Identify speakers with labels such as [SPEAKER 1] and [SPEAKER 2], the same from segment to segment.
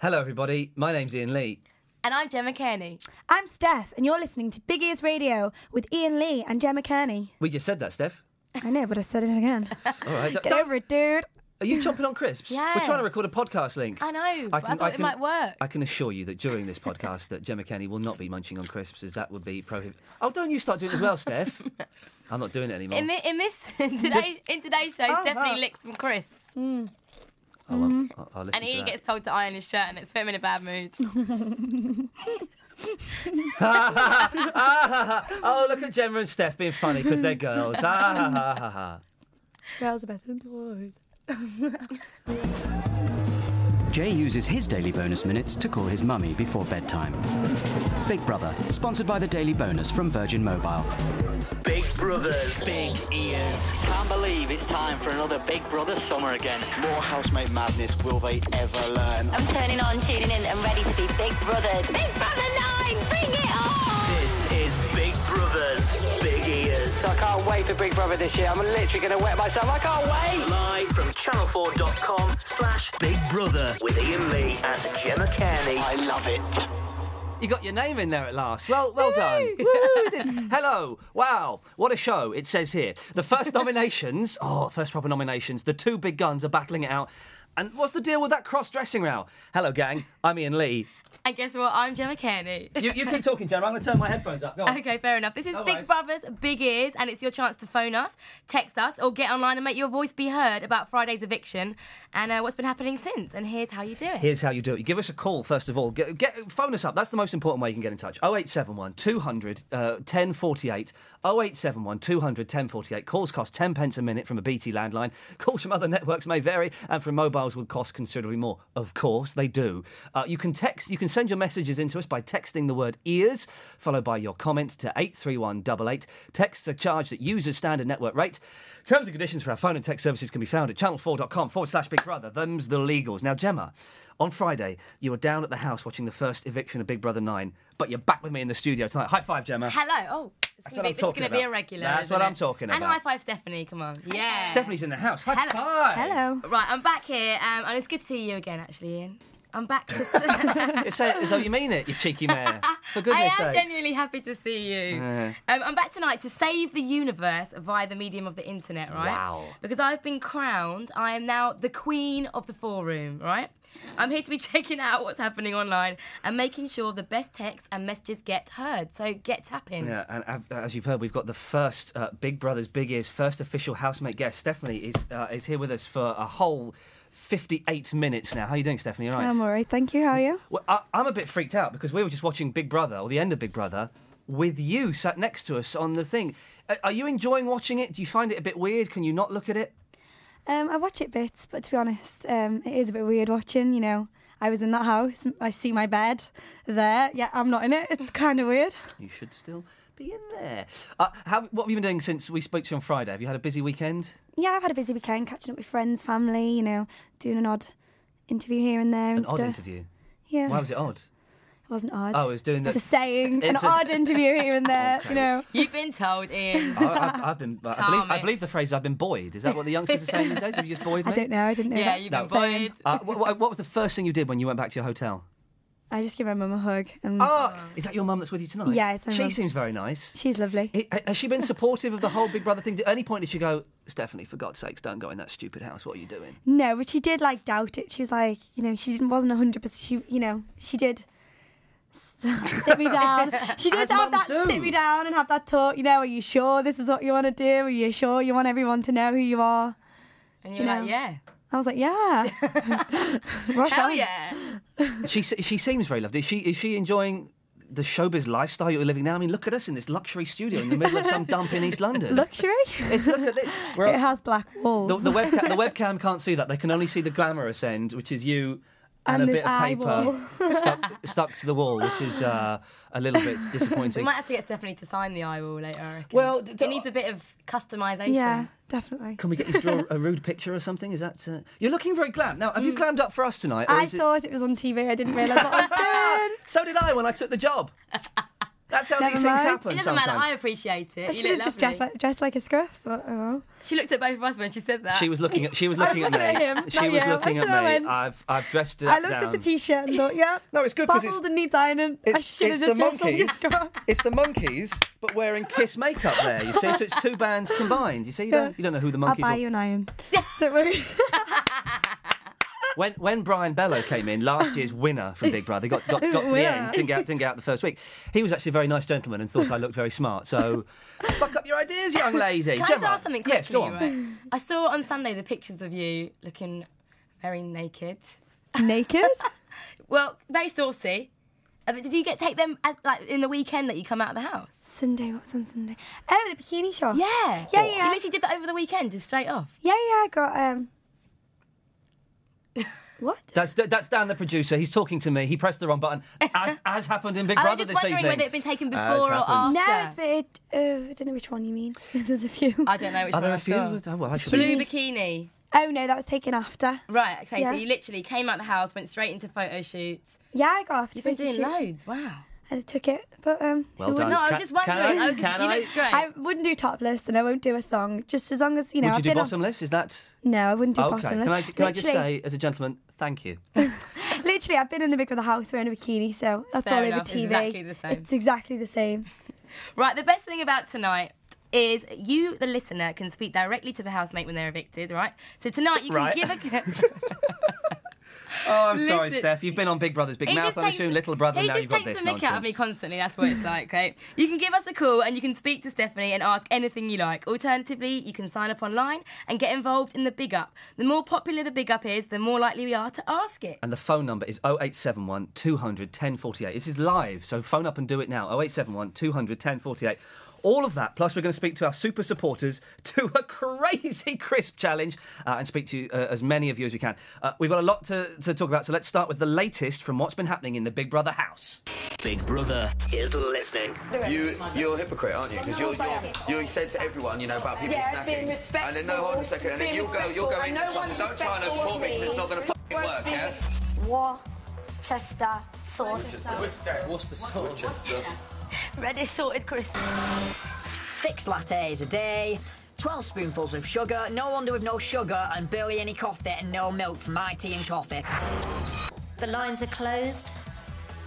[SPEAKER 1] Hello, everybody. My name's Ian Lee.
[SPEAKER 2] And I'm Gemma Kearney.
[SPEAKER 3] I'm Steph, and you're listening to Big Ears Radio with Ian Lee and Gemma Kearney.
[SPEAKER 1] We just said that, Steph.
[SPEAKER 3] I know, but I said it again.
[SPEAKER 1] All right.
[SPEAKER 3] Get over it, dude.
[SPEAKER 1] Are you chomping on crisps?
[SPEAKER 2] Yeah.
[SPEAKER 1] We're trying to record a podcast link.
[SPEAKER 2] I know, but I thought it might work.
[SPEAKER 1] I can assure you that during this podcast, that Gemma Kenny will not be munching on crisps, as that would be prohibited. Oh, don't you start doing it as well, Steph? I'm not doing it anymore.
[SPEAKER 2] In, thi- in this in today in today's show,
[SPEAKER 1] Oh,
[SPEAKER 2] Stephanie licks some crisps,
[SPEAKER 1] I won't. I'll, I'll Hmm. Oh, listen
[SPEAKER 2] and
[SPEAKER 1] to
[SPEAKER 2] Ian
[SPEAKER 1] that.
[SPEAKER 2] gets told to iron his shirt, and it's put him in a bad mood.
[SPEAKER 1] Ah, Oh, look at Gemma and Steph being funny because they're girls. Ah, ha, ha, ha, ha.
[SPEAKER 3] Girls are better than boys.
[SPEAKER 4] Jay uses his daily bonus minutes to call his mummy before bedtime. Big Brother, sponsored by the Daily Bonus from Virgin Mobile.
[SPEAKER 5] Big Brothers, Big Ears.
[SPEAKER 6] Can't believe it's time for another Big Brother summer again.
[SPEAKER 5] More housemate madness will they ever learn?
[SPEAKER 7] I'm turning on, tuning in, and ready to be Big Brothers. Big Brother 9, bring it on!
[SPEAKER 5] This is Big Brothers, Big Ears.
[SPEAKER 6] I can't wait for Big Brother this year. I'm literally going to wet myself. I can't wait.
[SPEAKER 5] Live from channel4.com slash Big Brother with Ian Lee and Gemma Kearney.
[SPEAKER 6] I love it.
[SPEAKER 1] You got your name in there at last. Well, well done. Woo, you did. Hello. Wow. What a show. It says here. The first nominations, oh, first proper nominations. The two big guns are battling it out. And what's the deal with that cross dressing row? Hello, gang. I'm Ian Lee.
[SPEAKER 2] and guess what? I'm Gemma Kearney.
[SPEAKER 1] You, you keep talking, Gemma. I'm going to turn my headphones up. Go on.
[SPEAKER 2] Okay, fair enough. This is
[SPEAKER 1] No
[SPEAKER 2] Big
[SPEAKER 1] worries.
[SPEAKER 2] Brothers, Big Ears, and it's your chance to phone us, text us, or get online and make your voice be heard about Friday's eviction and uh, what's been happening since. And here's how you do it.
[SPEAKER 1] Here's how you do it. You give us a call, first of all. Get, get Phone us up. That's the most important way you can get in touch. 0871 200 uh, 1048. 0871 200 1048. Calls cost 10 pence a minute from a BT landline. Calls from other networks may vary, and from mobiles would cost considerably more. Of course, they do. Uh, you can text. You can send your messages in to us by texting the word ears, followed by your comment to 83188. Texts are charged at user standard network rate. Terms and conditions for our phone and text services can be found at channel4.com forward slash Big Brother. Them's the legals. Now, Gemma, on Friday, you were down at the house watching the first eviction of Big Brother 9, but you're back with me in the studio tonight. High five, Gemma.
[SPEAKER 2] Hello. Oh, it's
[SPEAKER 1] what I'm
[SPEAKER 2] going
[SPEAKER 1] talking
[SPEAKER 2] to be
[SPEAKER 1] about.
[SPEAKER 2] a regular.
[SPEAKER 1] That's
[SPEAKER 2] isn't
[SPEAKER 1] what
[SPEAKER 2] it?
[SPEAKER 1] I'm talking
[SPEAKER 2] And
[SPEAKER 1] about.
[SPEAKER 2] high five, Stephanie. Come on. Yeah.
[SPEAKER 1] Stephanie's in the house. High
[SPEAKER 2] Hello.
[SPEAKER 1] five.
[SPEAKER 3] Hello.
[SPEAKER 2] Right, I'm back here, um, and it's good to see you again, actually, Ian. I'm back to.
[SPEAKER 1] You say it as though you mean it, you cheeky mare. For
[SPEAKER 2] I
[SPEAKER 1] goodness
[SPEAKER 2] am
[SPEAKER 1] sakes.
[SPEAKER 2] genuinely happy to see you. Um, I'm back tonight to save the universe via the medium of the internet, right?
[SPEAKER 1] Wow.
[SPEAKER 2] Because I've been crowned. I am now the queen of the forum, right? I'm here to be checking out what's happening online and making sure the best texts and messages get heard. So get tapping.
[SPEAKER 1] Yeah, and av- as you've heard, we've got the first uh, Big Brother's Big Ears first official housemate guest. Stephanie is uh, is here with us for a whole fifty-eight minutes now. How are you doing, Stephanie? All right.
[SPEAKER 3] I'm all right, thank you. How are you?
[SPEAKER 1] well, I- I'm a bit freaked out because we were just watching Big Brother or the end of Big Brother with you sat next to us on the thing. A- Are you enjoying watching it? Do you find it a bit weird? Can you not look at it?
[SPEAKER 3] Um, I watch it bits, but to be honest, um, it is a bit weird watching, you know. I was in that house, I see my bed there. Yeah, I'm not in it. It's kind of weird.
[SPEAKER 1] You should still be in there. Uh, how, what have you been doing since we spoke to you on Friday? Have you had a busy weekend?
[SPEAKER 3] Yeah, I've had a busy weekend catching up with friends, family, you know, doing an odd interview here and there and
[SPEAKER 1] An odd
[SPEAKER 3] stuff.
[SPEAKER 1] interview.
[SPEAKER 3] Yeah.
[SPEAKER 1] Why was it odd?
[SPEAKER 3] It wasn't odd.
[SPEAKER 1] Oh, it was doing the.
[SPEAKER 3] it's a saying, an
[SPEAKER 1] It's a-
[SPEAKER 3] odd interview here and there, you know.
[SPEAKER 2] You've been told, Ian.
[SPEAKER 1] I, I, I've been. I
[SPEAKER 2] Calm
[SPEAKER 1] believe, I
[SPEAKER 2] it.
[SPEAKER 1] believe the phrase "I've been buoyed." Is that what the youngsters are saying these days? Have you just buoyed me?
[SPEAKER 3] I don't know. I didn't know.
[SPEAKER 2] yeah,
[SPEAKER 3] that.
[SPEAKER 2] you've
[SPEAKER 1] No.
[SPEAKER 2] been void.
[SPEAKER 1] Uh, what, what, what was the first thing you did when you went back to your hotel?
[SPEAKER 3] I just give my mum a hug, and
[SPEAKER 1] Oh, is that your mum that's with you tonight?
[SPEAKER 3] Yeah, it's my
[SPEAKER 1] She
[SPEAKER 3] mum.
[SPEAKER 1] seems very nice.
[SPEAKER 3] she's lovely.
[SPEAKER 1] He- ha- Has she been supportive of the whole Big Brother thing? At any point did she go, Stephanie, for God's sakes, don't go in that stupid house. What are you doing?
[SPEAKER 3] No, but she did like doubt it. She was like, you know, she didn't- wasn't hundred percent. She, you know, she did s- sit me down. She did
[SPEAKER 1] As
[SPEAKER 3] have that
[SPEAKER 1] mums do.
[SPEAKER 3] sit me down and have that talk. You know, are you sure this is what you want to do? Are you sure you want everyone to know who you are?
[SPEAKER 2] And you're
[SPEAKER 3] you
[SPEAKER 2] like,
[SPEAKER 3] know.
[SPEAKER 2] yeah.
[SPEAKER 3] I was like, yeah, Rock
[SPEAKER 2] Hell
[SPEAKER 3] on.
[SPEAKER 2] yeah.
[SPEAKER 1] She se- she seems very lovely. Is she is she enjoying the showbiz lifestyle you're living now? I mean, look at us in this luxury studio in the middle of some dump in East London.
[SPEAKER 3] luxury.
[SPEAKER 1] It's, look at this. We're-
[SPEAKER 3] It has black walls.
[SPEAKER 1] The, the, webcam, the webcam can't see that. They can only see the glamorous end, which is you and,
[SPEAKER 3] And
[SPEAKER 1] a
[SPEAKER 3] this
[SPEAKER 1] bit of paper
[SPEAKER 3] eyeball.
[SPEAKER 1] stuck, stuck to the wall, which is uh, a little bit
[SPEAKER 2] We
[SPEAKER 1] disappointing.
[SPEAKER 2] might have to get Stephanie to sign the eye wall later, I reckon.
[SPEAKER 1] Well, d- d-
[SPEAKER 2] it needs a bit of customisation.
[SPEAKER 3] yeah, definitely.
[SPEAKER 1] Can we get you to draw a rude picture or something? Is that uh... you're looking very glam? Now, have you glammed up for us tonight? or
[SPEAKER 3] Mm. I
[SPEAKER 1] is it-
[SPEAKER 3] thought it was on TV. I didn't realise what I was doing.
[SPEAKER 1] So did I when I took the job. That's how
[SPEAKER 3] Never
[SPEAKER 1] these things
[SPEAKER 3] mind.
[SPEAKER 1] happen
[SPEAKER 2] It doesn't
[SPEAKER 1] sometimes.
[SPEAKER 2] matter. I appreciate it.
[SPEAKER 3] I
[SPEAKER 2] you
[SPEAKER 3] should
[SPEAKER 2] look
[SPEAKER 3] have just
[SPEAKER 2] lovely.
[SPEAKER 3] dressed like, dressed like a scruff, but oh well.
[SPEAKER 2] She looked at both of us when she said that.
[SPEAKER 1] She was looking at she was looking at me.
[SPEAKER 3] looking at him,
[SPEAKER 1] She
[SPEAKER 3] not
[SPEAKER 1] was
[SPEAKER 3] you. I
[SPEAKER 1] looking at
[SPEAKER 3] should've
[SPEAKER 1] me. Ah,
[SPEAKER 3] went.
[SPEAKER 1] I've I've dressed it
[SPEAKER 3] I looked
[SPEAKER 1] down.
[SPEAKER 3] at the t-shirt and thought, yeah,
[SPEAKER 1] No, it's good 'cause it's-
[SPEAKER 3] bubbled and needs ironing. I
[SPEAKER 1] It's,
[SPEAKER 3] should have
[SPEAKER 1] it's
[SPEAKER 3] just
[SPEAKER 1] the
[SPEAKER 3] dressed like a
[SPEAKER 1] monkeys.
[SPEAKER 3] scruff.
[SPEAKER 1] it's the monkeys, but wearing Kiss makeup there. You see, so it's two bands combined. You see, you don't, you don't know who the
[SPEAKER 3] I'll
[SPEAKER 1] monkeys
[SPEAKER 3] buy
[SPEAKER 1] are.
[SPEAKER 3] you an iron. Don't worry.
[SPEAKER 1] When when Brian Bello came in last year's winner from Big Brother, got got, got to the
[SPEAKER 3] Winner.
[SPEAKER 1] end, didn't get out, didn't get out the first week. He was actually a very nice gentleman and thought I looked very smart. So, fuck up your ideas, young lady.
[SPEAKER 2] Can I just
[SPEAKER 1] Gemma.
[SPEAKER 2] ask something quickly?
[SPEAKER 1] Yes, go on.
[SPEAKER 2] Right? I saw on Sunday the pictures of you looking very naked.
[SPEAKER 3] Naked?
[SPEAKER 2] Well, very saucy. Uh, but Did you get take them as, like in the weekend that you come out of the house?
[SPEAKER 3] Sunday, what was on Sunday? Oh, the bikini shop.
[SPEAKER 2] Yeah,
[SPEAKER 3] Yeah, yeah.
[SPEAKER 2] You literally did that over the weekend, just straight off.
[SPEAKER 3] Yeah, yeah, I got, um... what?
[SPEAKER 1] That's that's Dan, the producer. He's talking to me. He pressed the wrong button, as as happened in Big
[SPEAKER 2] I
[SPEAKER 1] Brother
[SPEAKER 2] was just
[SPEAKER 1] this
[SPEAKER 2] wondering
[SPEAKER 1] evening.
[SPEAKER 2] whether it had been taken
[SPEAKER 1] As
[SPEAKER 2] before or
[SPEAKER 1] happened.
[SPEAKER 2] after.
[SPEAKER 3] No, it's, it, uh, I don't know which one you mean. There's a few.
[SPEAKER 2] I don't know which
[SPEAKER 1] Are
[SPEAKER 2] one
[SPEAKER 1] there
[SPEAKER 2] I
[SPEAKER 1] a few?
[SPEAKER 2] saw.
[SPEAKER 1] Oh, well, I should
[SPEAKER 2] Blue
[SPEAKER 1] be.
[SPEAKER 2] bikini.
[SPEAKER 3] Oh, no, that was taken after.
[SPEAKER 2] Right. Okay.
[SPEAKER 3] Yeah.
[SPEAKER 2] So you literally came out the house, went straight into photo shoots.
[SPEAKER 3] Yeah, I got after
[SPEAKER 2] You've been
[SPEAKER 3] photo
[SPEAKER 2] doing
[SPEAKER 3] shoot
[SPEAKER 2] loads. Wow.
[SPEAKER 3] And I took it, but, um...
[SPEAKER 1] Well
[SPEAKER 3] who
[SPEAKER 1] done.
[SPEAKER 2] No, I was
[SPEAKER 1] Can-
[SPEAKER 2] just
[SPEAKER 1] can
[SPEAKER 2] wondering.
[SPEAKER 1] I-
[SPEAKER 2] I was just-
[SPEAKER 1] can
[SPEAKER 2] you
[SPEAKER 1] I-
[SPEAKER 2] looked great.
[SPEAKER 3] I wouldn't do topless and I won't do a thong, just as long as, you know,
[SPEAKER 1] Would
[SPEAKER 3] I've
[SPEAKER 1] you do
[SPEAKER 3] been on-
[SPEAKER 1] bottomless? Is that
[SPEAKER 3] No, I wouldn't do
[SPEAKER 1] okay?
[SPEAKER 3] bottomless.
[SPEAKER 1] Can I can I just
[SPEAKER 3] Literally-
[SPEAKER 1] say, as a gentleman, thank you. Oh,
[SPEAKER 3] Literally, I've been in the big of the house wearing a bikini, so that's
[SPEAKER 2] Fair
[SPEAKER 3] all over
[SPEAKER 2] enough,
[SPEAKER 3] TV.
[SPEAKER 2] exactly the same.
[SPEAKER 3] It's exactly the same.
[SPEAKER 2] Right, the best thing about tonight is you, the listener, can speak directly to the housemate when they're evicted, right? So tonight you can
[SPEAKER 1] Right.
[SPEAKER 2] give a.
[SPEAKER 1] Oh, I'm sorry,
[SPEAKER 2] Listen-
[SPEAKER 1] Steph. You've been on Big Brother's Big Mouth. I'm assuming Little Brother.
[SPEAKER 2] he
[SPEAKER 1] now
[SPEAKER 2] just
[SPEAKER 1] you've got
[SPEAKER 2] takes
[SPEAKER 1] this
[SPEAKER 2] the mick
[SPEAKER 1] nonsense.
[SPEAKER 2] out of me constantly. That's what it's like, right? You can give us a call and you can speak to Stephanie and ask anything you like. Alternatively, you can sign up online and get involved in the big up. The more popular the big up is, the more likely we are to ask it.
[SPEAKER 1] And the phone number is 0871 200 1048. This is live, so phone up and do it now. 0871 200 1048. All of that, plus we're going to speak to our super supporters to a crazy crisp challenge uh, and speak to uh, as many of you as we can. Uh, we've got a lot to, to talk about, so let's start with the latest from what's been happening in the Big Brother house.
[SPEAKER 5] Big Brother is listening.
[SPEAKER 8] You, you're a hypocrite, aren't you? Because you're, you're, you said to everyone, you know, about people
[SPEAKER 9] Yeah,
[SPEAKER 8] snacking.
[SPEAKER 9] being respectful,
[SPEAKER 8] And then, no, hold on a second. And then
[SPEAKER 9] being
[SPEAKER 8] you'll go, you'll go
[SPEAKER 9] respectful, and
[SPEAKER 8] into
[SPEAKER 9] no
[SPEAKER 8] something.
[SPEAKER 9] one's
[SPEAKER 8] Don't try and
[SPEAKER 9] respectful
[SPEAKER 8] afford
[SPEAKER 9] of
[SPEAKER 8] me because
[SPEAKER 9] me.
[SPEAKER 8] it's not going to fucking
[SPEAKER 9] Won't
[SPEAKER 8] work,
[SPEAKER 9] be
[SPEAKER 8] yeah?
[SPEAKER 7] Worcester sauce.
[SPEAKER 8] What's the sauce?
[SPEAKER 7] Ready, sorted, Chris.
[SPEAKER 10] six lattes a day, 12 spoonfuls of sugar, no wonder with no sugar, and barely any coffee and no milk for my tea and coffee.
[SPEAKER 9] The lines are closed.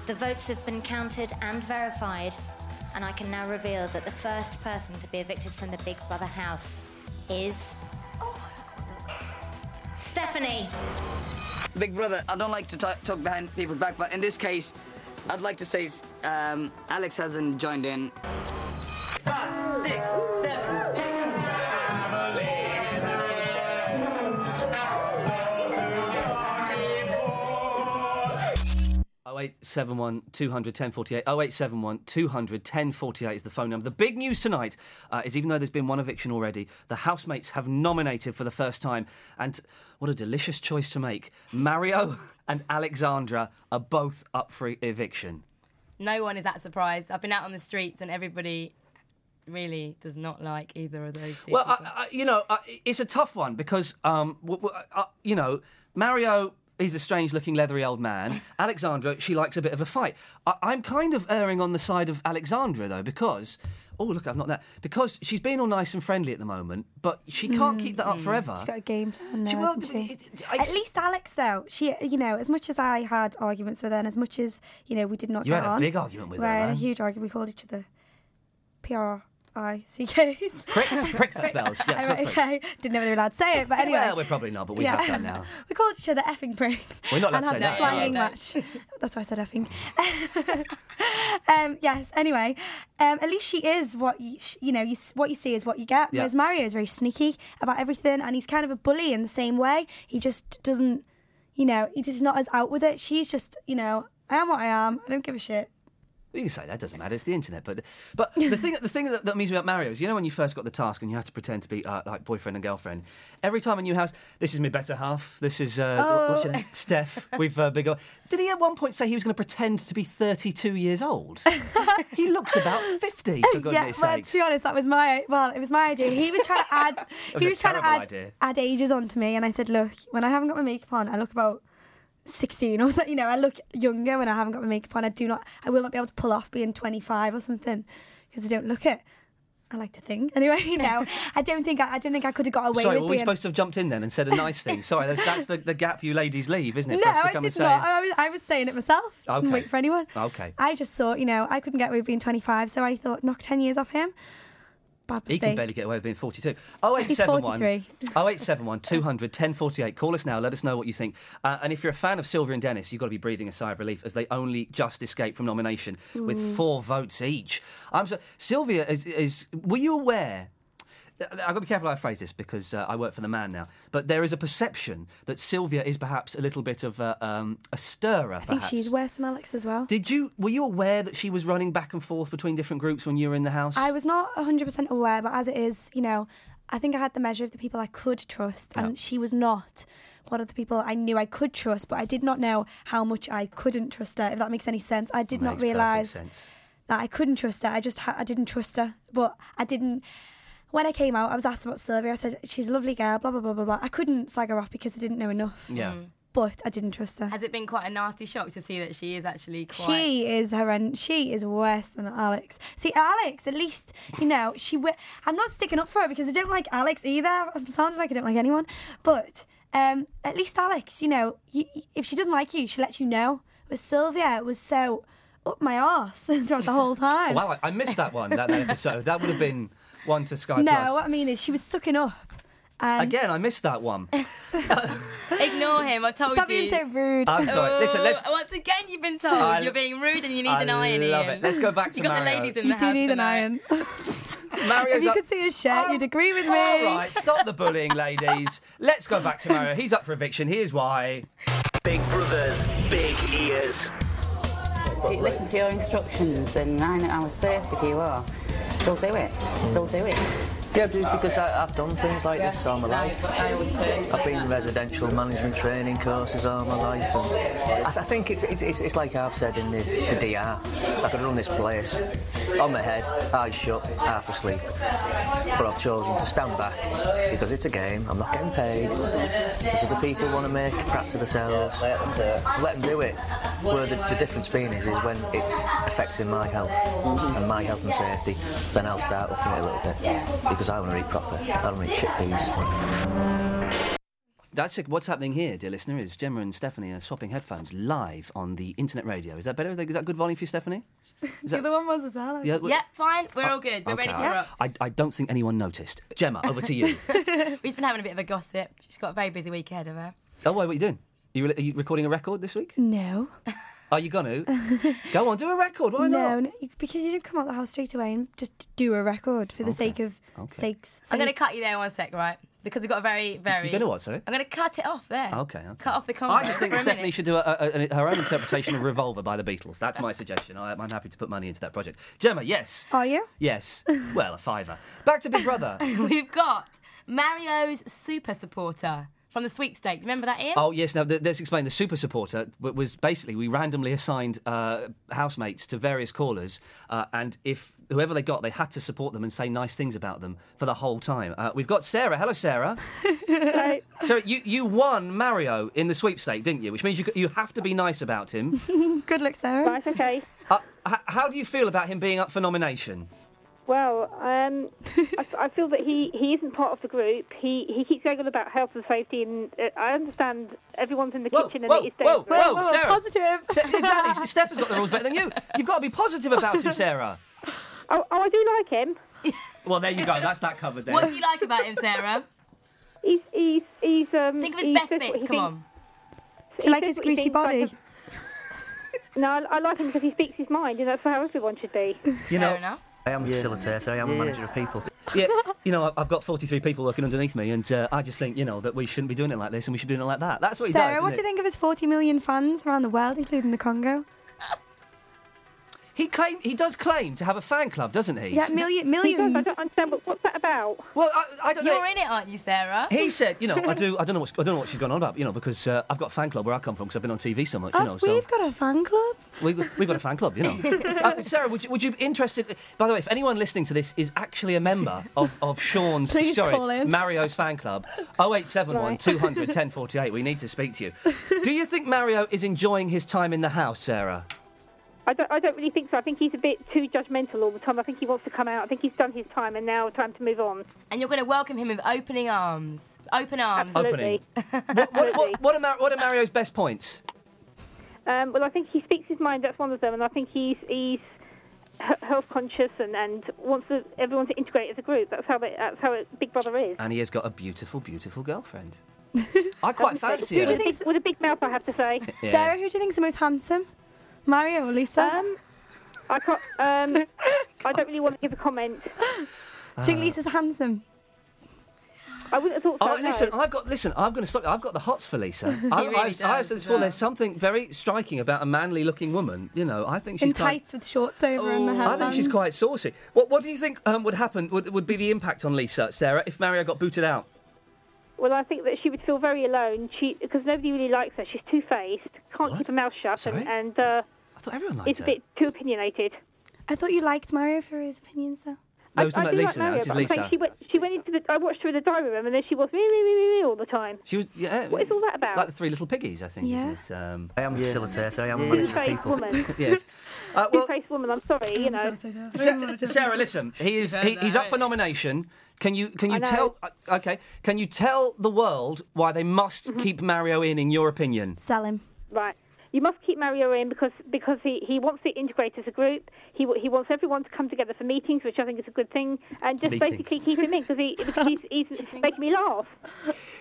[SPEAKER 9] The votes have been counted and verified. And I can now reveal that the first person to be evicted from the Big Brother house is. Stephanie.
[SPEAKER 10] Big brother, I don't like to ta- talk behind people's back, but in this case, I'd like to say um, Alex hasn't joined in.
[SPEAKER 1] Oh eight seven one two hundred ten forty eight. Oh eight seven one two hundred ten forty eight is the phone number. The big news tonight uh, is even though there's been one eviction already, the housemates have nominated for the first time, and what a delicious choice to make. Mario and Alexandra are both up for eviction.
[SPEAKER 2] No one is that surprised. I've been out on the streets and everybody really does not like either of those two.
[SPEAKER 1] Well,
[SPEAKER 2] people.
[SPEAKER 1] I, I, you know, I, it's a tough one because, um, w- w- I- I- you know, Mario is a strange-looking, leathery old man. Alexandra, she likes a bit of a fight. I, I'm kind of erring on the side of Alexandra though, because. Oh look, I've not that because she's been all nice and friendly at the moment, but she can't keep that up forever.
[SPEAKER 3] Mm-hmm. She's got a game plan now,
[SPEAKER 1] She- well,
[SPEAKER 3] hasn't she?
[SPEAKER 1] it- it- I-
[SPEAKER 3] At least Alex, though, she, you know, as much as I had arguments with her, and as much as you know, we did not
[SPEAKER 1] You
[SPEAKER 3] get
[SPEAKER 1] had a
[SPEAKER 3] on,
[SPEAKER 1] big argument with
[SPEAKER 3] we
[SPEAKER 1] her,
[SPEAKER 3] had a
[SPEAKER 1] man.
[SPEAKER 3] huge argument. We called each other P R I C Ks.
[SPEAKER 1] pricks, pricks that spells. Yes, that's pricks.
[SPEAKER 3] okay, didn't know whether we were allowed to say it, but anyway.
[SPEAKER 1] Well, we're probably not, Oh, but we have that now.
[SPEAKER 3] we called each other effing pricks.
[SPEAKER 1] We're not allowed
[SPEAKER 3] and
[SPEAKER 1] to
[SPEAKER 3] had a
[SPEAKER 1] say that,
[SPEAKER 3] slanging
[SPEAKER 2] no, no.
[SPEAKER 3] match. That's why I said effing. um, yes. Anyway, um, at least she is what you, sh- you know. You s- what you see is what you get.
[SPEAKER 1] Yeah.
[SPEAKER 3] Whereas Mario is very sneaky about everything, and he's kind of a bully in the same way. He just doesn't, you know, he just not as out with it. She's just, you know, I am what I am. I don't give a shit.
[SPEAKER 1] You can say that doesn't matter. It's the internet, but but the thing the thing that, that means about Mario is you know when you first got the task and you had to pretend to be uh, like boyfriend and girlfriend. Every time a new house, this is my better half. This is uh,
[SPEAKER 3] Oh.
[SPEAKER 1] wh- what's your name, Steph. We've uh, bigger. Did he at one point say he was going to pretend to be thirty two years old? he looks about fifty. For goodness'
[SPEAKER 3] Oh, well,
[SPEAKER 1] sakes.
[SPEAKER 3] to be honest, that was my well, it was my idea. He was trying to add,
[SPEAKER 1] was
[SPEAKER 3] he
[SPEAKER 1] a
[SPEAKER 3] was trying to
[SPEAKER 1] terrible
[SPEAKER 3] add,
[SPEAKER 1] idea.
[SPEAKER 3] add ages onto me, and I said, look, when I haven't got my makeup on, I look about 16 or something. You know, I look younger when I haven't got my makeup on. I do not, I will not be able to pull off being 25 or something because I don't look it. I like to think. Anyway, you know, I don't think I, I don't think I could have got away
[SPEAKER 1] Sorry,
[SPEAKER 3] with
[SPEAKER 1] were we
[SPEAKER 3] being.
[SPEAKER 1] supposed to have jumped in then and said a nice thing? Sorry, that's, that's the, the gap you ladies leave, isn't it?
[SPEAKER 3] no,
[SPEAKER 1] for us to
[SPEAKER 3] I
[SPEAKER 1] come and
[SPEAKER 3] did
[SPEAKER 1] say,
[SPEAKER 3] not. I was, I was saying it myself. Didn't
[SPEAKER 1] Okay.
[SPEAKER 3] wait for anyone.
[SPEAKER 1] Okay.
[SPEAKER 3] I just thought, you know, I couldn't get away with being 25, so I thought knock 10 years off him. Bad
[SPEAKER 1] He
[SPEAKER 3] mistake.
[SPEAKER 1] can barely get away with being Oh 42.
[SPEAKER 3] He's
[SPEAKER 1] 0871
[SPEAKER 3] 43.
[SPEAKER 1] 0871 200 1048. Call us now. Let us know what you think. Uh, and if you're a fan of Sylvia and Dennis, you've got to be breathing a sigh of relief as they only just escaped from nomination
[SPEAKER 11] Ooh.
[SPEAKER 1] with four votes each. I'm so, Sylvia is, is. Were you aware? uh, I've got to be careful how I phrase this because uh, I work for the man now. But there is a perception that Sylvia is perhaps a little bit of a, um, a stirrer.
[SPEAKER 3] I think
[SPEAKER 1] perhaps.
[SPEAKER 3] she's worse than Alex as well.
[SPEAKER 1] Did you were you aware that she was running back and forth between different groups when you were in the house?
[SPEAKER 3] I was not 100% aware, but as it is, you know, I think I had the measure of the people I could trust,
[SPEAKER 1] Yeah.
[SPEAKER 3] and she was not one of the people I knew I could trust, but I did not know how much I couldn't trust her, if that makes any sense. I did not
[SPEAKER 1] Makes perfect
[SPEAKER 3] realise
[SPEAKER 1] sense.
[SPEAKER 3] that I couldn't trust her. I just ha- I didn't trust her, but I didn't. When I came out, I was asked about Sylvia. I said, she's a lovely girl, blah, blah, blah, blah, blah. I couldn't slag her off because I didn't know enough,
[SPEAKER 1] Yeah.
[SPEAKER 3] but I didn't trust her.
[SPEAKER 2] Mm. Has it been quite a nasty shock to see that she is actually quite?
[SPEAKER 3] She is horrendous. She is worse than Alex. See, Alex, at least, you know, she. W- I'm not sticking up for her because I don't like Alex either. I'm sounding like I don't like anyone. But um, at least Alex, you know, y y- if she doesn't like you, she lets you know. But Sylvia was so up my arse throughout the whole time.
[SPEAKER 1] Oh, Wow, I, I missed that one, that, that episode. That would have been one to Sky
[SPEAKER 3] no,
[SPEAKER 1] Plus.
[SPEAKER 3] what I mean is she was sucking up. Um, And
[SPEAKER 1] Again, I missed that one.
[SPEAKER 2] Ignore him. I've told
[SPEAKER 3] Stop
[SPEAKER 2] you.
[SPEAKER 3] being so rude.
[SPEAKER 1] I'm sorry. Listen,
[SPEAKER 2] Oh,
[SPEAKER 1] let's-
[SPEAKER 2] Once again, you've been told
[SPEAKER 1] I-
[SPEAKER 2] you're being rude and you need
[SPEAKER 1] I
[SPEAKER 2] an iron.
[SPEAKER 1] love
[SPEAKER 2] Ian.
[SPEAKER 1] it. Let's go back to
[SPEAKER 2] You got
[SPEAKER 1] Mario.
[SPEAKER 2] the ladies in
[SPEAKER 1] You
[SPEAKER 2] the
[SPEAKER 1] do
[SPEAKER 2] house
[SPEAKER 1] need an
[SPEAKER 2] tonight.
[SPEAKER 3] iron.
[SPEAKER 1] Mario's
[SPEAKER 3] if you
[SPEAKER 1] up- Oh,
[SPEAKER 3] could see his shirt, you'd agree with me.
[SPEAKER 1] All right, stop the bullying, ladies. Let's go back to Mario. He's up for eviction. Here's why.
[SPEAKER 5] Big brothers, big ears.
[SPEAKER 12] If you listen to your instructions and nine hours 30 you are, they'll do it. They'll do it.
[SPEAKER 13] Yeah, just because I, I've done things like this all my life. I've been in residential management training courses all my life. And I, I think it's, it's, it's, it's like I've said in the, the DR. I could run this place on my head, eyes shut, half asleep. But I've chosen to stand back because it's a game. I'm not getting paid. If the people want to make a crap to themselves, let them do it. Where the, the difference being is, is when it's affecting my health and my health and safety, then I'll start looking at it a little bit because I want to eat proper. I don't want to eat shit peas.
[SPEAKER 1] That's it. What's happening here, dear listener, is Gemma and Stephanie are swapping headphones live on the internet radio. Is that better? Is that good volume for you, Stephanie? Is
[SPEAKER 3] The other one was as well.
[SPEAKER 1] Yeah, we-
[SPEAKER 2] Yep, fine. We're
[SPEAKER 1] Oh,
[SPEAKER 2] all good. We're ready to
[SPEAKER 1] okay.
[SPEAKER 2] rock.
[SPEAKER 1] I, I don't think anyone noticed. Gemma, over to you.
[SPEAKER 2] We've just been having a bit of a gossip. She's got a very busy week ahead of her.
[SPEAKER 1] oh, wait, what are you doing? Are you, are you recording a record this week?
[SPEAKER 3] No.
[SPEAKER 1] Are you going to? Go on, do a record. Why
[SPEAKER 3] no,
[SPEAKER 1] not?
[SPEAKER 3] No, you- because you didn't come out the house straight away and just do a record for the sake of sakes.
[SPEAKER 2] I'm going to cut you there one sec, right? Because we've got a very, very.
[SPEAKER 1] You're going to what, sorry?
[SPEAKER 2] I'm going to cut it off there.
[SPEAKER 1] Okay, okay.
[SPEAKER 2] Cut off the convo.
[SPEAKER 1] I just think
[SPEAKER 2] for a
[SPEAKER 1] that Stephanie
[SPEAKER 2] minute.
[SPEAKER 1] should do a, a, a- her own interpretation of Revolver by the Beatles. That's my suggestion. I, I'm happy to put money into that project. Gemma, yes.
[SPEAKER 3] Are you?
[SPEAKER 1] Yes. Well, a fiver. Back to Big Brother.
[SPEAKER 2] We've got Mario's super supporter from the sweepstakes. Remember that, Ian?
[SPEAKER 1] Oh yes, now th- let's explain. The super supporter w- was basically we randomly assigned uh, housemates to various callers, uh, and if whoever they got, they had to support them and say nice things about them for the whole time. Uh, we've got Sarah. Hello, Sarah.
[SPEAKER 14] Right.
[SPEAKER 1] Sarah, you, you won Mario in the sweepstake, didn't you? Which means you c- you have to be nice about him.
[SPEAKER 3] Good luck, Sarah.
[SPEAKER 14] Right, okay.
[SPEAKER 1] Uh, h- how do you feel about him being up for nomination?
[SPEAKER 14] Well, um, I, f- I feel that he, he isn't part of the group. He he keeps going on about health and safety, and uh, I understand everyone's in the kitchen and
[SPEAKER 1] whoa,
[SPEAKER 14] it is
[SPEAKER 1] whoa,
[SPEAKER 14] dangerous.
[SPEAKER 1] whoa, Sarah. Se- exactly. Steph has got the rules better than you. You've got to be positive about him, Sarah.
[SPEAKER 14] Oh, oh, I do like him.
[SPEAKER 1] Well, there you go. That's that covered there.
[SPEAKER 2] What do you like about him, Sarah?
[SPEAKER 14] He's he's he's um.
[SPEAKER 2] Think of his
[SPEAKER 14] he
[SPEAKER 2] best
[SPEAKER 14] says what
[SPEAKER 2] bits.
[SPEAKER 14] he
[SPEAKER 2] Come
[SPEAKER 14] thinks-
[SPEAKER 2] on.
[SPEAKER 14] he
[SPEAKER 3] Do you like
[SPEAKER 14] says
[SPEAKER 3] his
[SPEAKER 14] what he
[SPEAKER 3] greasy
[SPEAKER 14] thinks,
[SPEAKER 3] body?
[SPEAKER 14] like a- no, I, I like him because he speaks his mind, and that's how everyone should be.
[SPEAKER 1] You know-
[SPEAKER 2] enough.
[SPEAKER 13] I am a facilitator. I am a manager of people.
[SPEAKER 1] Yeah, you know, I- I've got 43 people working underneath me, and uh, I just think, you know, that we shouldn't be doing it like this and we should be doing it like that. That's what he
[SPEAKER 3] Sarah,
[SPEAKER 1] does.
[SPEAKER 3] what do you think of his 40 million fans around the world, including the Congo?
[SPEAKER 1] think? He claim he does claim to have a fan club, doesn't he?
[SPEAKER 3] Yeah, million, millions.
[SPEAKER 14] I don't understand. But what's that about?
[SPEAKER 1] Well, I, I don't
[SPEAKER 2] You're
[SPEAKER 1] know.
[SPEAKER 2] in it, aren't you, Sarah?
[SPEAKER 1] He said, you know, I do. I don't know what I don't know what she's gone on about, you know, because uh, I've got a fan club where I come from because I've been on TV so much, you know.
[SPEAKER 3] I've-
[SPEAKER 1] Oh, So
[SPEAKER 3] We've got a fan club.
[SPEAKER 1] we, we've got a fan club, you know. Uh, Sarah, would you, would you be interested? By the way, if anyone listening to this is actually a member of, of Sean's,
[SPEAKER 3] Please
[SPEAKER 1] sorry,
[SPEAKER 3] call in.
[SPEAKER 1] Mario's fan club, 0871 200 1048, we need to speak to you. Do you think Mario is enjoying his time in the house, Sarah?
[SPEAKER 14] I don't, I don't really think so. I think he's a bit too judgmental all the time. I think he wants to come out. I think he's done his time and now time to move on.
[SPEAKER 2] And you're going to welcome him with opening arms. Open arms.
[SPEAKER 1] Opening. what, what, what, what, are Mar- what are Mario's best points?
[SPEAKER 14] Um, well, I think he speaks his mind. That's one of them, and I think he's he's he- health conscious and, and wants to, everyone to integrate as a group. That's how they, that's how it, Big Brother is.
[SPEAKER 1] And he has got a beautiful, beautiful girlfriend. I quite fancy
[SPEAKER 3] Who
[SPEAKER 1] her.
[SPEAKER 3] do you think's-
[SPEAKER 14] With a big mouth, I have to say.
[SPEAKER 1] Yeah.
[SPEAKER 3] Sarah, who do you think's the most handsome? Mario or Lisa? Um,
[SPEAKER 14] I can't. Um, I don't really want to give a comment.
[SPEAKER 3] Do you
[SPEAKER 1] Uh.
[SPEAKER 3] think Lisa's handsome?
[SPEAKER 14] I wouldn't have thought
[SPEAKER 1] Oh, listen, I've got listen. I'm going to stop. you. I've got the hots for Lisa.
[SPEAKER 3] He
[SPEAKER 1] I,
[SPEAKER 3] really
[SPEAKER 1] I, I have
[SPEAKER 3] does,
[SPEAKER 1] said this before.
[SPEAKER 3] yeah.
[SPEAKER 1] There's something very striking about a manly-looking woman. You know, I think she's Oh,
[SPEAKER 3] In
[SPEAKER 1] quite.
[SPEAKER 3] tights with shorts over and the
[SPEAKER 1] I think she's
[SPEAKER 3] headband.
[SPEAKER 1] quite saucy. What What do you think um, would happen? Would, would be the impact on Lisa, Sarah, if Mario got booted out?
[SPEAKER 14] Well, I think that she would feel very alone. She because nobody really likes her. She's two faced, can't keep her mouth shut, and, and uh,
[SPEAKER 1] I thought everyone
[SPEAKER 3] liked
[SPEAKER 14] It's
[SPEAKER 3] her.
[SPEAKER 14] a bit too opinionated.
[SPEAKER 3] I thought you liked Mario for his opinions, though.
[SPEAKER 1] No, it's
[SPEAKER 14] I,
[SPEAKER 1] not
[SPEAKER 14] do
[SPEAKER 1] Lisa now,
[SPEAKER 14] Mario,
[SPEAKER 1] this is
[SPEAKER 14] but I'm saying
[SPEAKER 1] Lisa.
[SPEAKER 14] She went, she went into the. I watched her in the diary room, and then she was wee, wee, wee, wee, wee all the time.
[SPEAKER 1] She was. Yeah.
[SPEAKER 14] What is all that about?
[SPEAKER 1] Like the three little piggies, I think.
[SPEAKER 14] Yeah.
[SPEAKER 1] Isn't it? Um,
[SPEAKER 13] I am a facilitator. I am a
[SPEAKER 1] Yeah.
[SPEAKER 13] manager of
[SPEAKER 14] Two-faced
[SPEAKER 13] people.
[SPEAKER 14] woman.
[SPEAKER 1] yes. Uh,
[SPEAKER 14] two faced woman. I'm sorry, you know.
[SPEAKER 1] Sa- Sarah, listen. He is. He, he's up for nomination. Can you can
[SPEAKER 14] I
[SPEAKER 1] you
[SPEAKER 14] know.
[SPEAKER 1] tell? uh, Okay. Can you tell the world why they must
[SPEAKER 14] Mm-hmm.
[SPEAKER 1] keep Mario in? In your opinion,
[SPEAKER 3] Sell him.
[SPEAKER 14] Right. You must keep Mario in because because he, he wants to integrate as a group. He wa- he wants everyone to come together for meetings, which I think is a good thing, and just
[SPEAKER 1] Meetings.
[SPEAKER 14] basically keep him in because he because he's, he's making me laugh.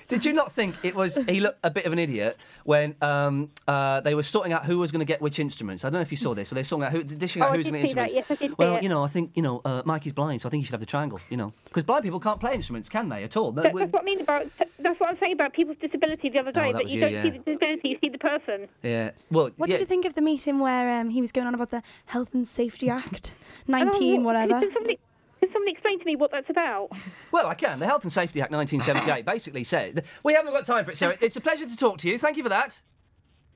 [SPEAKER 1] Did you not think it was? He looked a bit of an idiot when um, uh, they were sorting out who was going to get which instruments. I don't know if you saw this. So they were sorting out who, dishing
[SPEAKER 14] Oh,
[SPEAKER 1] out
[SPEAKER 14] I
[SPEAKER 1] who was
[SPEAKER 14] did
[SPEAKER 1] going to
[SPEAKER 14] see that.
[SPEAKER 1] instruments.
[SPEAKER 14] Yes, I did see
[SPEAKER 1] well,
[SPEAKER 14] it.
[SPEAKER 1] you know, I think you know, uh, Mikey's blind, so I think he should have the triangle. You know, because blind people can't play instruments, can they? At all? No,
[SPEAKER 14] That,
[SPEAKER 1] we- Oh,
[SPEAKER 14] that's what I mean about that's what I'm saying about people's disability the other day.
[SPEAKER 1] that
[SPEAKER 14] but
[SPEAKER 1] was
[SPEAKER 14] you
[SPEAKER 1] you,
[SPEAKER 14] don't
[SPEAKER 1] yeah.
[SPEAKER 14] see the disability, you see the person.
[SPEAKER 1] yeah. Well,
[SPEAKER 3] What
[SPEAKER 1] yeah.
[SPEAKER 3] did you think of the meeting where um, he was going on about the Health and Safety Act,
[SPEAKER 14] And I'm
[SPEAKER 3] 19,
[SPEAKER 14] like,
[SPEAKER 3] whatever?
[SPEAKER 14] Can somebody, can somebody explain to me what that's about?
[SPEAKER 1] Well, I can. The Health and Safety Act 1978 basically said we haven't got time for it, Sarah. It's a pleasure to talk to you. Thank you for that.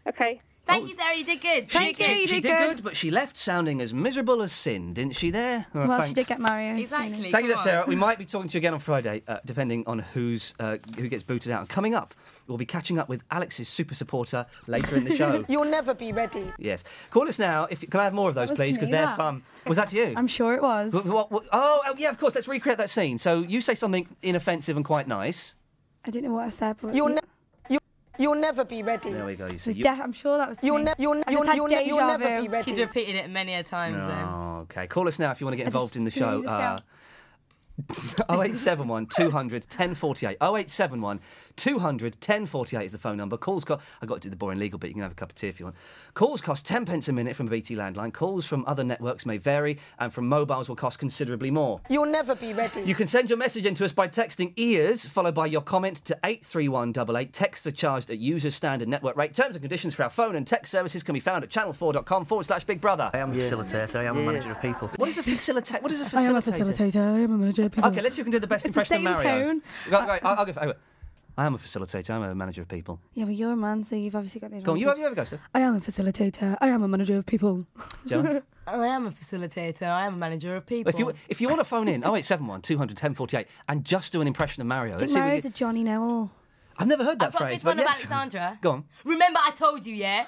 [SPEAKER 14] Okay.
[SPEAKER 2] Thank you, Sarah. You did good.
[SPEAKER 1] she, she did good. but she left sounding as miserable as sin, didn't she? There. Oh,
[SPEAKER 3] well, she
[SPEAKER 1] thanks.
[SPEAKER 3] did get Mario.
[SPEAKER 2] Exactly.
[SPEAKER 1] Thank you,
[SPEAKER 2] come
[SPEAKER 1] there,
[SPEAKER 2] on.
[SPEAKER 1] Sarah. We might be talking to you again on Friday, uh, depending on who's uh, who gets booted out. And coming up, we'll be catching up with Alex's super supporter later in the show.
[SPEAKER 11] You'll never be ready.
[SPEAKER 1] yes, call us now. If can I have more of those,
[SPEAKER 11] was me,
[SPEAKER 1] please? Because they're
[SPEAKER 11] that.
[SPEAKER 1] fun. Was that to you?
[SPEAKER 3] I'm sure it was.
[SPEAKER 1] Wh- what- what- oh, oh, yeah, of course. Let's recreate that scene. So you say something inoffensive and quite nice.
[SPEAKER 3] I didn't know what I said, but
[SPEAKER 11] You'll, ne- you, you'll never be ready.
[SPEAKER 1] There we go. You
[SPEAKER 3] It
[SPEAKER 1] see.
[SPEAKER 3] was
[SPEAKER 1] You-
[SPEAKER 3] def- I'm sure that was.
[SPEAKER 11] You'll
[SPEAKER 3] me.
[SPEAKER 11] ne- you'll ne-
[SPEAKER 3] I just
[SPEAKER 11] you'll-
[SPEAKER 3] had
[SPEAKER 11] you'll ne- you'll
[SPEAKER 3] deja
[SPEAKER 11] never
[SPEAKER 3] vu.
[SPEAKER 11] be ready.
[SPEAKER 2] She's repeated it many a times. then.
[SPEAKER 1] Oh, okay. Call us now if you want to get
[SPEAKER 2] I just-
[SPEAKER 1] involved in the
[SPEAKER 2] can you
[SPEAKER 1] show.
[SPEAKER 2] just go?
[SPEAKER 1] Uh, 0871 200 1048. 0871 200 1048 is the phone number. Calls cost. I got to do the boring legal bit. You can have a cup of tea if you want. Calls cost 10 pence a minute from a BT landline. Calls from other networks may vary, and from mobiles will cost considerably more.
[SPEAKER 11] You'll never be ready.
[SPEAKER 1] You can send your message in to us by texting EARS, followed by your comment to 83188. Texts are charged at user standard network rate. Terms and conditions for our phone and text services can be found at channel4.com forward slash big brother.
[SPEAKER 13] I am a facilitator. I am a manager of people.
[SPEAKER 1] What is a facilitator? What is a
[SPEAKER 3] I am a
[SPEAKER 1] facilitator?
[SPEAKER 3] facilitator. I am a manager.
[SPEAKER 1] Okay, let's see who can do the best
[SPEAKER 3] It's the
[SPEAKER 1] impression of
[SPEAKER 3] same
[SPEAKER 1] Mario.
[SPEAKER 3] tone.
[SPEAKER 1] Right, right, I'll, I'll go. For, anyway. I am a facilitator. I'm a manager of people.
[SPEAKER 3] Yeah, but you're a man, so you've obviously got the.
[SPEAKER 1] Go on, you
[SPEAKER 3] advantage.
[SPEAKER 1] have you have a go, sir.
[SPEAKER 3] I am a facilitator. I am a manager of people.
[SPEAKER 1] Gemma?
[SPEAKER 2] I am a facilitator. I am a manager of people.
[SPEAKER 1] If you if you want to phone in, 0871 200 1048 and just do an impression of Mario.
[SPEAKER 3] Dick
[SPEAKER 1] Let's see if we
[SPEAKER 3] Mario's a
[SPEAKER 1] can-
[SPEAKER 3] Johnny Know-all.
[SPEAKER 1] I've never heard that
[SPEAKER 2] I've got
[SPEAKER 1] phrase.
[SPEAKER 2] this one
[SPEAKER 1] but
[SPEAKER 2] about
[SPEAKER 1] yes.
[SPEAKER 2] Alexandra.
[SPEAKER 1] Go on.
[SPEAKER 2] Remember, I told you, yeah.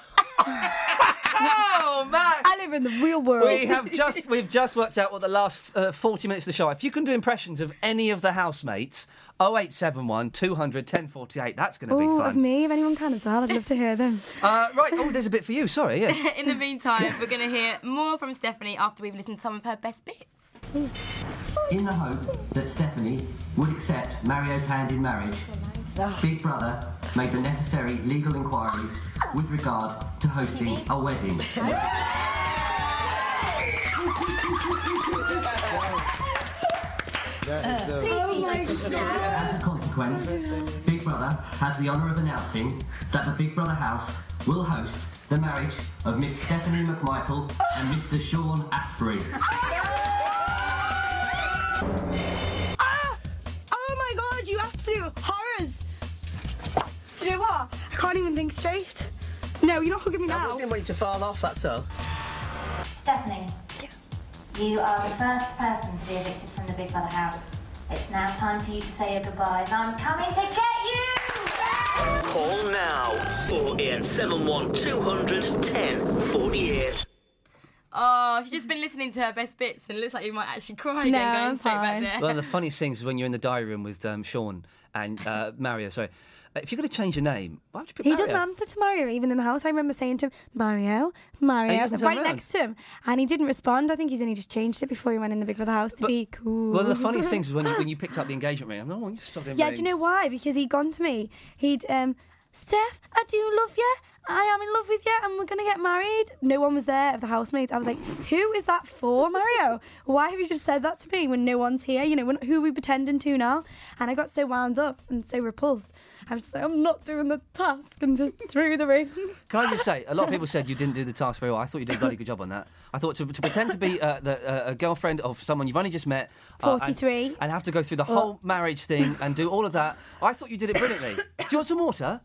[SPEAKER 1] oh man!
[SPEAKER 3] I live in the real world.
[SPEAKER 1] We have just we've just worked out what the last uh, 40 minutes of the show. If you can do impressions of any of the housemates, 0871 200 1048. That's going to be
[SPEAKER 3] Oh, of
[SPEAKER 1] fun.
[SPEAKER 3] me, if anyone can as well, I'd love to hear them.
[SPEAKER 1] Uh, right. Oh, there's a bit for you. Sorry. Yes.
[SPEAKER 2] In the meantime, we're going to hear more from Stephanie after we've listened to some of her best bits.
[SPEAKER 15] In the hope that Stephanie would accept Mario's hand in marriage, Big Brother made the necessary legal inquiries with regard to hosting a wedding.
[SPEAKER 16] uh,
[SPEAKER 15] As a consequence, Big Brother has the honour of announcing that the Big Brother house will host the marriage of Miss Stephanie McMichael and Mr. Sean Asprey.
[SPEAKER 3] Ah! Oh my god, you absolute horrors! Do you know what? I can't even think straight. No, you're not hugging me
[SPEAKER 13] I
[SPEAKER 3] now.
[SPEAKER 13] wasn't wanting to fall off, that's all.
[SPEAKER 9] Stephanie, you are the first person to be evicted from the Big Brother house. It's now time for you to say your goodbyes. I'm coming to get you!
[SPEAKER 5] Call now 0871 200 10 48.
[SPEAKER 2] Oh, she's just been listening to her best bits and it looks like you might actually cry again
[SPEAKER 3] No,
[SPEAKER 2] going
[SPEAKER 3] I'm
[SPEAKER 2] straight
[SPEAKER 3] fine.
[SPEAKER 2] back there.
[SPEAKER 1] One of the funniest things is when you're in the diary room with um, Sean and uh, Mario. Sorry, Uh, if you're going to change your name, why would you pick
[SPEAKER 3] He
[SPEAKER 1] Mario?
[SPEAKER 3] doesn't answer to Mario even in the house. I remember saying to him, Mario,
[SPEAKER 1] And he
[SPEAKER 3] Mario,
[SPEAKER 1] doesn't turn
[SPEAKER 3] right
[SPEAKER 1] around.
[SPEAKER 3] next to him. And he didn't respond. I think he's only just changed it before he went in the Big Brother house to be cool.
[SPEAKER 1] One of the funniest things is when you, when you picked up the engagement ring. I'm "Oh, not you sod him
[SPEAKER 3] Yeah,
[SPEAKER 1] ring.
[SPEAKER 3] do you know why? Because he'd gone to me. He'd, um, Steph, I do love you. I am in love with you, and we're gonna get married. No one was there of the housemates. I was like, "Who is that for, Mario? Why have you just said that to me when no one's here? You know, when, who are we pretending to now?" And I got so wound up and so repulsed. I was just like, "I'm not doing the task," and just threw the ring.
[SPEAKER 1] Can I just say, a lot of people said you didn't do the task very well. I thought you did a bloody good job on that. I thought to, to pretend to be uh, the, uh, a girlfriend of someone you've only just met, uh, and-
[SPEAKER 3] 43.
[SPEAKER 1] and, have to go through the whole marriage thing and do all of that. I thought you did it brilliantly. do you want some water?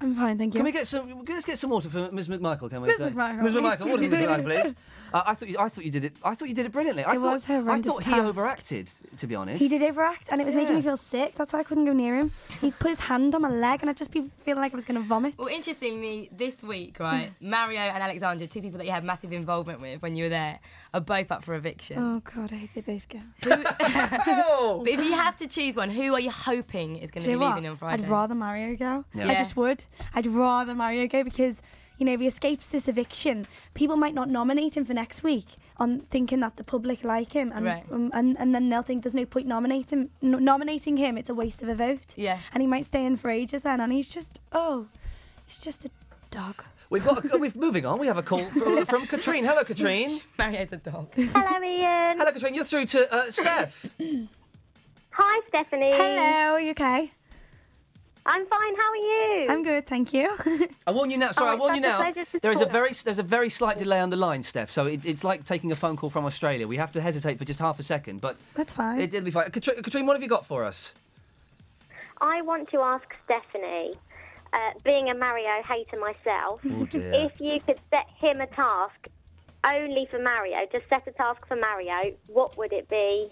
[SPEAKER 3] I'm fine, thank you.
[SPEAKER 1] Can we get some? Let's get some water for Ms. McMichael, can we?
[SPEAKER 3] Ms.
[SPEAKER 1] please?
[SPEAKER 3] McMichael.
[SPEAKER 1] Ms. McMichael, water, for Ms. McMichael, please. Uh, I thought you, I thought you did it. I thought you did it brilliantly. I
[SPEAKER 3] It
[SPEAKER 1] thought,
[SPEAKER 3] was horrendous
[SPEAKER 1] I thought he
[SPEAKER 3] task.
[SPEAKER 1] overacted, to be honest.
[SPEAKER 3] He did overact, and it was making me feel sick. That's why I couldn't go near him. He'd put his hand on my leg, and I'd just be feeling like I was gonna vomit.
[SPEAKER 1] Oh,
[SPEAKER 2] Well, interestingly, this week, right, Mario and Alexandra, two people that you had massive involvement with when you were there, are both up for eviction.
[SPEAKER 3] Oh God, I hope they both go.
[SPEAKER 2] But if you have to choose one, who are you hoping is going
[SPEAKER 3] Do
[SPEAKER 2] to be
[SPEAKER 3] you know
[SPEAKER 2] leaving
[SPEAKER 3] what?
[SPEAKER 2] on Friday?
[SPEAKER 3] I'd rather Mario go.
[SPEAKER 2] Yeah.
[SPEAKER 3] I
[SPEAKER 2] Yeah.
[SPEAKER 3] just would. I'd rather Mario go because, you know, if he escapes this eviction, people might not nominate him for next week on thinking that the public like him. And,
[SPEAKER 2] Right.
[SPEAKER 3] um, and, and then they'll think there's no point nominating, n- nominating him. It's a waste of a vote.
[SPEAKER 2] Yeah.
[SPEAKER 3] And he might stay in for ages then. And he's just, oh, he's just a dog.
[SPEAKER 1] We've got. A, we're moving on. We have a call from, from Katrine. Hello, Katrine.
[SPEAKER 2] Mario's a dog.
[SPEAKER 17] Hello, Ian.
[SPEAKER 1] Hello, Katrine. You're through to uh, Steph.
[SPEAKER 17] Hi, Stephanie.
[SPEAKER 3] Hello, are you okay?
[SPEAKER 17] I'm fine. How are you?
[SPEAKER 3] I'm good, thank you.
[SPEAKER 1] I warn you now. Sorry,
[SPEAKER 3] Oh,
[SPEAKER 1] I warn you
[SPEAKER 3] it's such a
[SPEAKER 1] now.
[SPEAKER 3] pleasure to
[SPEAKER 1] There is a
[SPEAKER 3] talk.
[SPEAKER 1] very there's a very slight delay on the line, Steph. So it, it's like taking a phone call from Australia. We have to hesitate for just half a second, but
[SPEAKER 3] That's fine.
[SPEAKER 1] it, it'll be fine. Katri- Katrine, what have you got for us?
[SPEAKER 17] I want to ask Stephanie, uh, being a Mario hater myself,
[SPEAKER 1] Oh, dear.
[SPEAKER 17] if you could set him a task only for Mario, just set a task for Mario, what would it be?